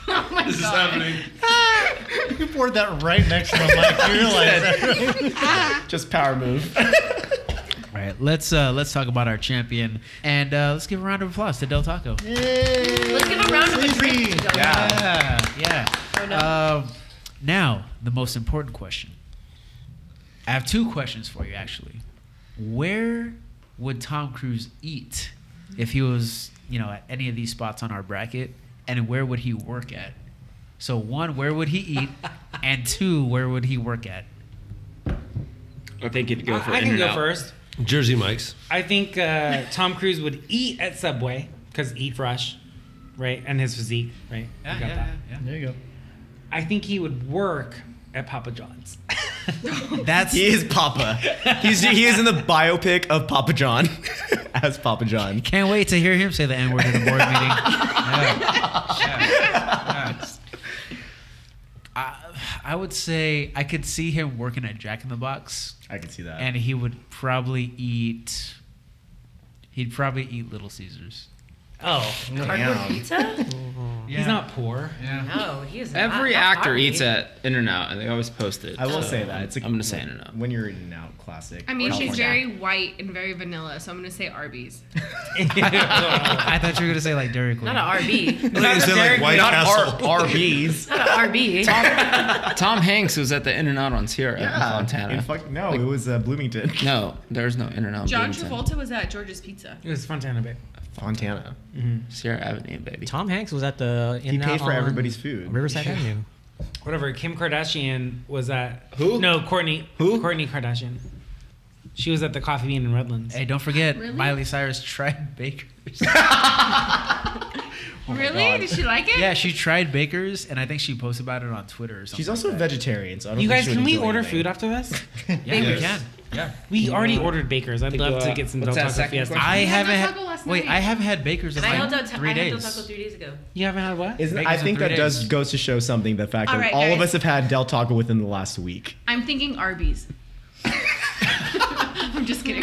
oh my
This is
god.
happening.
You poured that right next to the mic. You realize that.
Just power move.
All right, let's uh, let's talk about our champion and uh, let's give a round of applause to Del Taco.
Let's give a round of applause. to Del Taco.
Yeah, yeah. Um, now the most important question. I have two questions for you actually. Where would Tom Cruise eat if he was you know at any of these spots on our bracket, and where would he work at? So one, where would he eat, and two, where would he work at?
I think it'd go for
I
in
can
and
go
out.
first.
Jersey Mike's.
I think uh, Tom Cruise would eat at Subway because eat fresh, right? And his physique, right? We got that.
There you go.
I think he would work at Papa John's.
That's
he is Papa. He's he is in the biopic of Papa John as Papa John.
Can't wait to hear him say the N word in a board meeting.
Ah.
Yeah. Yeah. Yeah. I, I would say I could see him working at Jack in the Box,
I can see that.
and he would probably eat. He'd probably eat Little Caesars.
Oh,
Cardboard pizza?
Oh
Yeah.
he's not poor.
No, he is not.
Every
not
actor
hot,
eats
babe.
at In and Out, and they always post it.
I will
so
say that it's a,
I'm gonna say In and Out.
When you're in and out, classic.
I mean, she's very
California.
white and very vanilla, so I'm gonna say Arby's.
I thought you were gonna say like Dairy Queen.
Not an RB.
I think it's like White
not
Castle.
R- RBs.
Not an RB.
Tom Hanks was at the In and Out on Sierra in Fontana.
In fuck, no, it was uh, Bloomington.
no, there's no In and Out.
John Travolta was at George's Pizza.
It was Fontana Bay.
Fontana.
Mm-hmm.
Sierra Avenue, baby.
Tom Hanks was at the in
He paid for everybody's food.
Riverside Avenue.
Whatever. Kim Kardashian was at who? No, Courtney. Who? Courtney Kardashian. She was at the Coffee Bean in Redlands.
Hey, don't forget
Really?
Miley Cyrus tried Baker's. my
Really?
God.
Did she like it?
Yeah, she tried Baker's, and I think she posted about it on Twitter or something.
She's also a vegetarian, so I don't
You
think
guys,
she would
can we
enjoy
order
anything.
food after this?
Yeah, we can. Yeah.
We already ordered Bakers. I'd love to get some Del Taco Fiesta.
I haven't
Del
had.
Taco last
Wait,
night.
I haven't had Baker's in
I held
like
out. I
three
had Del Taco
days.
three days ago.
You haven't had what?
Isn't,
Bacon's
I
in
think
three
that does
days.
goes to show something the fact
All
that
right,
all of
guys.
us have had Del Taco within the last week.
I'm thinking Arby's. I'm just kidding.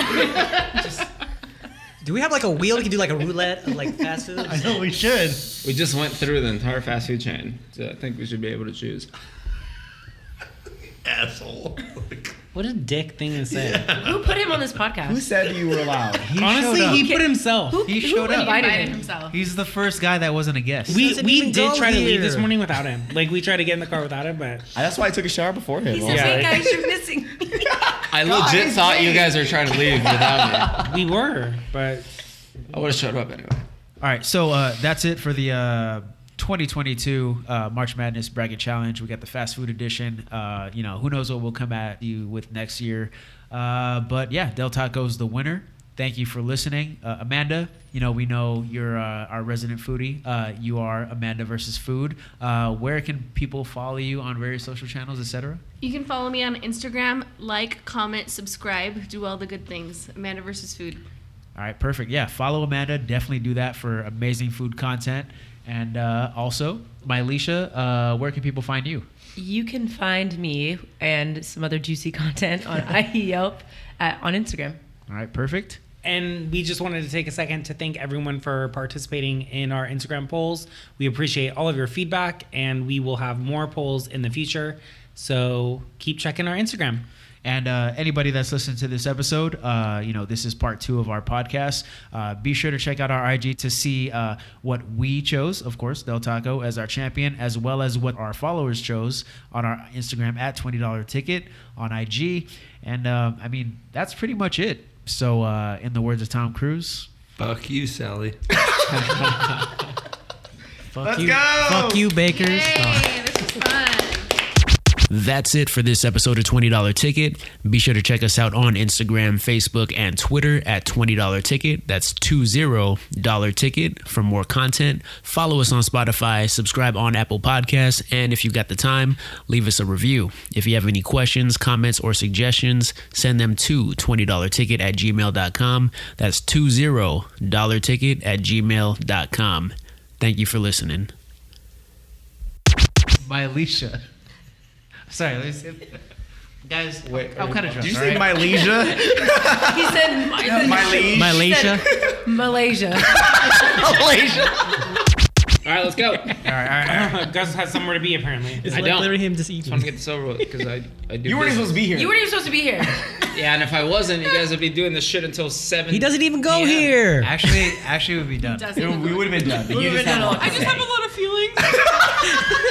Do we have like a wheel? We can do like a roulette of like fast food. I know
we should.
We just went through the entire fast food chain, so I think we should be able to choose.
Asshole.
What a dick thing to say.
Who put him on this podcast?
Who said you were allowed?
showed
Honestly,
up.
he put himself.
Who-
He
who
showed up.
invited him? himself?
He's the first guy that wasn't a guest.
We we did try to leave this
here.
morning without him. Like we tried to get in the car without him, but
That's why I took a shower before him.
said, Yeah. "Wait, guys,
you're missing."
I legit thought you guys were trying to leave without
me. We were, but
I would have showed up anyway.
All right, so uh, that's it for the uh, 2022 uh, March Madness Bracket Challenge. We got the fast food edition. Uh, you know, who knows what we'll come at you with next year. Uh, but yeah, Del Taco's the winner. Thank you for listening, uh, Amanda. You know, we know you're uh, our resident foodie. Uh, you are Amanda versus food. Uh, where can people follow you on various social channels, etc.?
You can follow me on Instagram. Like, comment, subscribe. Do all the good things. Amanda versus food.
All right, perfect. Yeah, follow Amanda. Definitely do that for amazing food content. And uh, also, my Alicia, uh, where can people find you?
You can find me and some other juicy content on IELP at, on Instagram.
All right, perfect.
And we just wanted to take a second to thank everyone for participating in our Instagram polls. We appreciate all of your feedback, and we will have more polls in the future. So keep checking our Instagram.
And uh, anybody that's listened to this episode, uh, you know, this is part two of our podcast. Uh, be sure to check out our IG to see uh, what we chose, of course, Del Taco as our champion, as well as what our followers chose on our Instagram at $20 ticket on IG. And uh, I mean, that's pretty much it. So, uh, in the words of Tom Cruise,
Fuck you, Sally.
fuck
Let's
you.
go!
Fuck you, Bakers.
Yay, this was fun.
That's it for this episode of $20 Ticket. Be sure to check us out on Instagram, Facebook, and Twitter at $20 Ticket. That's $20 Ticket for more content. Follow us on Spotify, subscribe on Apple Podcasts, and if you've got the time, leave us a review. If you have any questions, comments, or suggestions, send them to $20 Ticket at gmail.com. That's $20 Ticket at gmail.com. Thank you for listening. My Alicia. Sorry, let me see. guys. I'm kind of drunk.
Did you
all
say
right?
my Leisure?
He said my,
my liege. My
he said Malaysia. Malaysia.
All right, let's go. all
right, all right.
Gus has somewhere to be apparently.
I don't.
him just
Just want to get this over with because I, I do.
You weren't even supposed
business.
to be here.
You weren't even supposed to be here.
Yeah, and if I wasn't, you guys would be doing this shit until seven.
He doesn't even go here.
Actually, actually, we'd be done.
Doesn't
we would have been done. But you
been
just had a
done all-
lot to
I just
say.
have a
lot of feelings.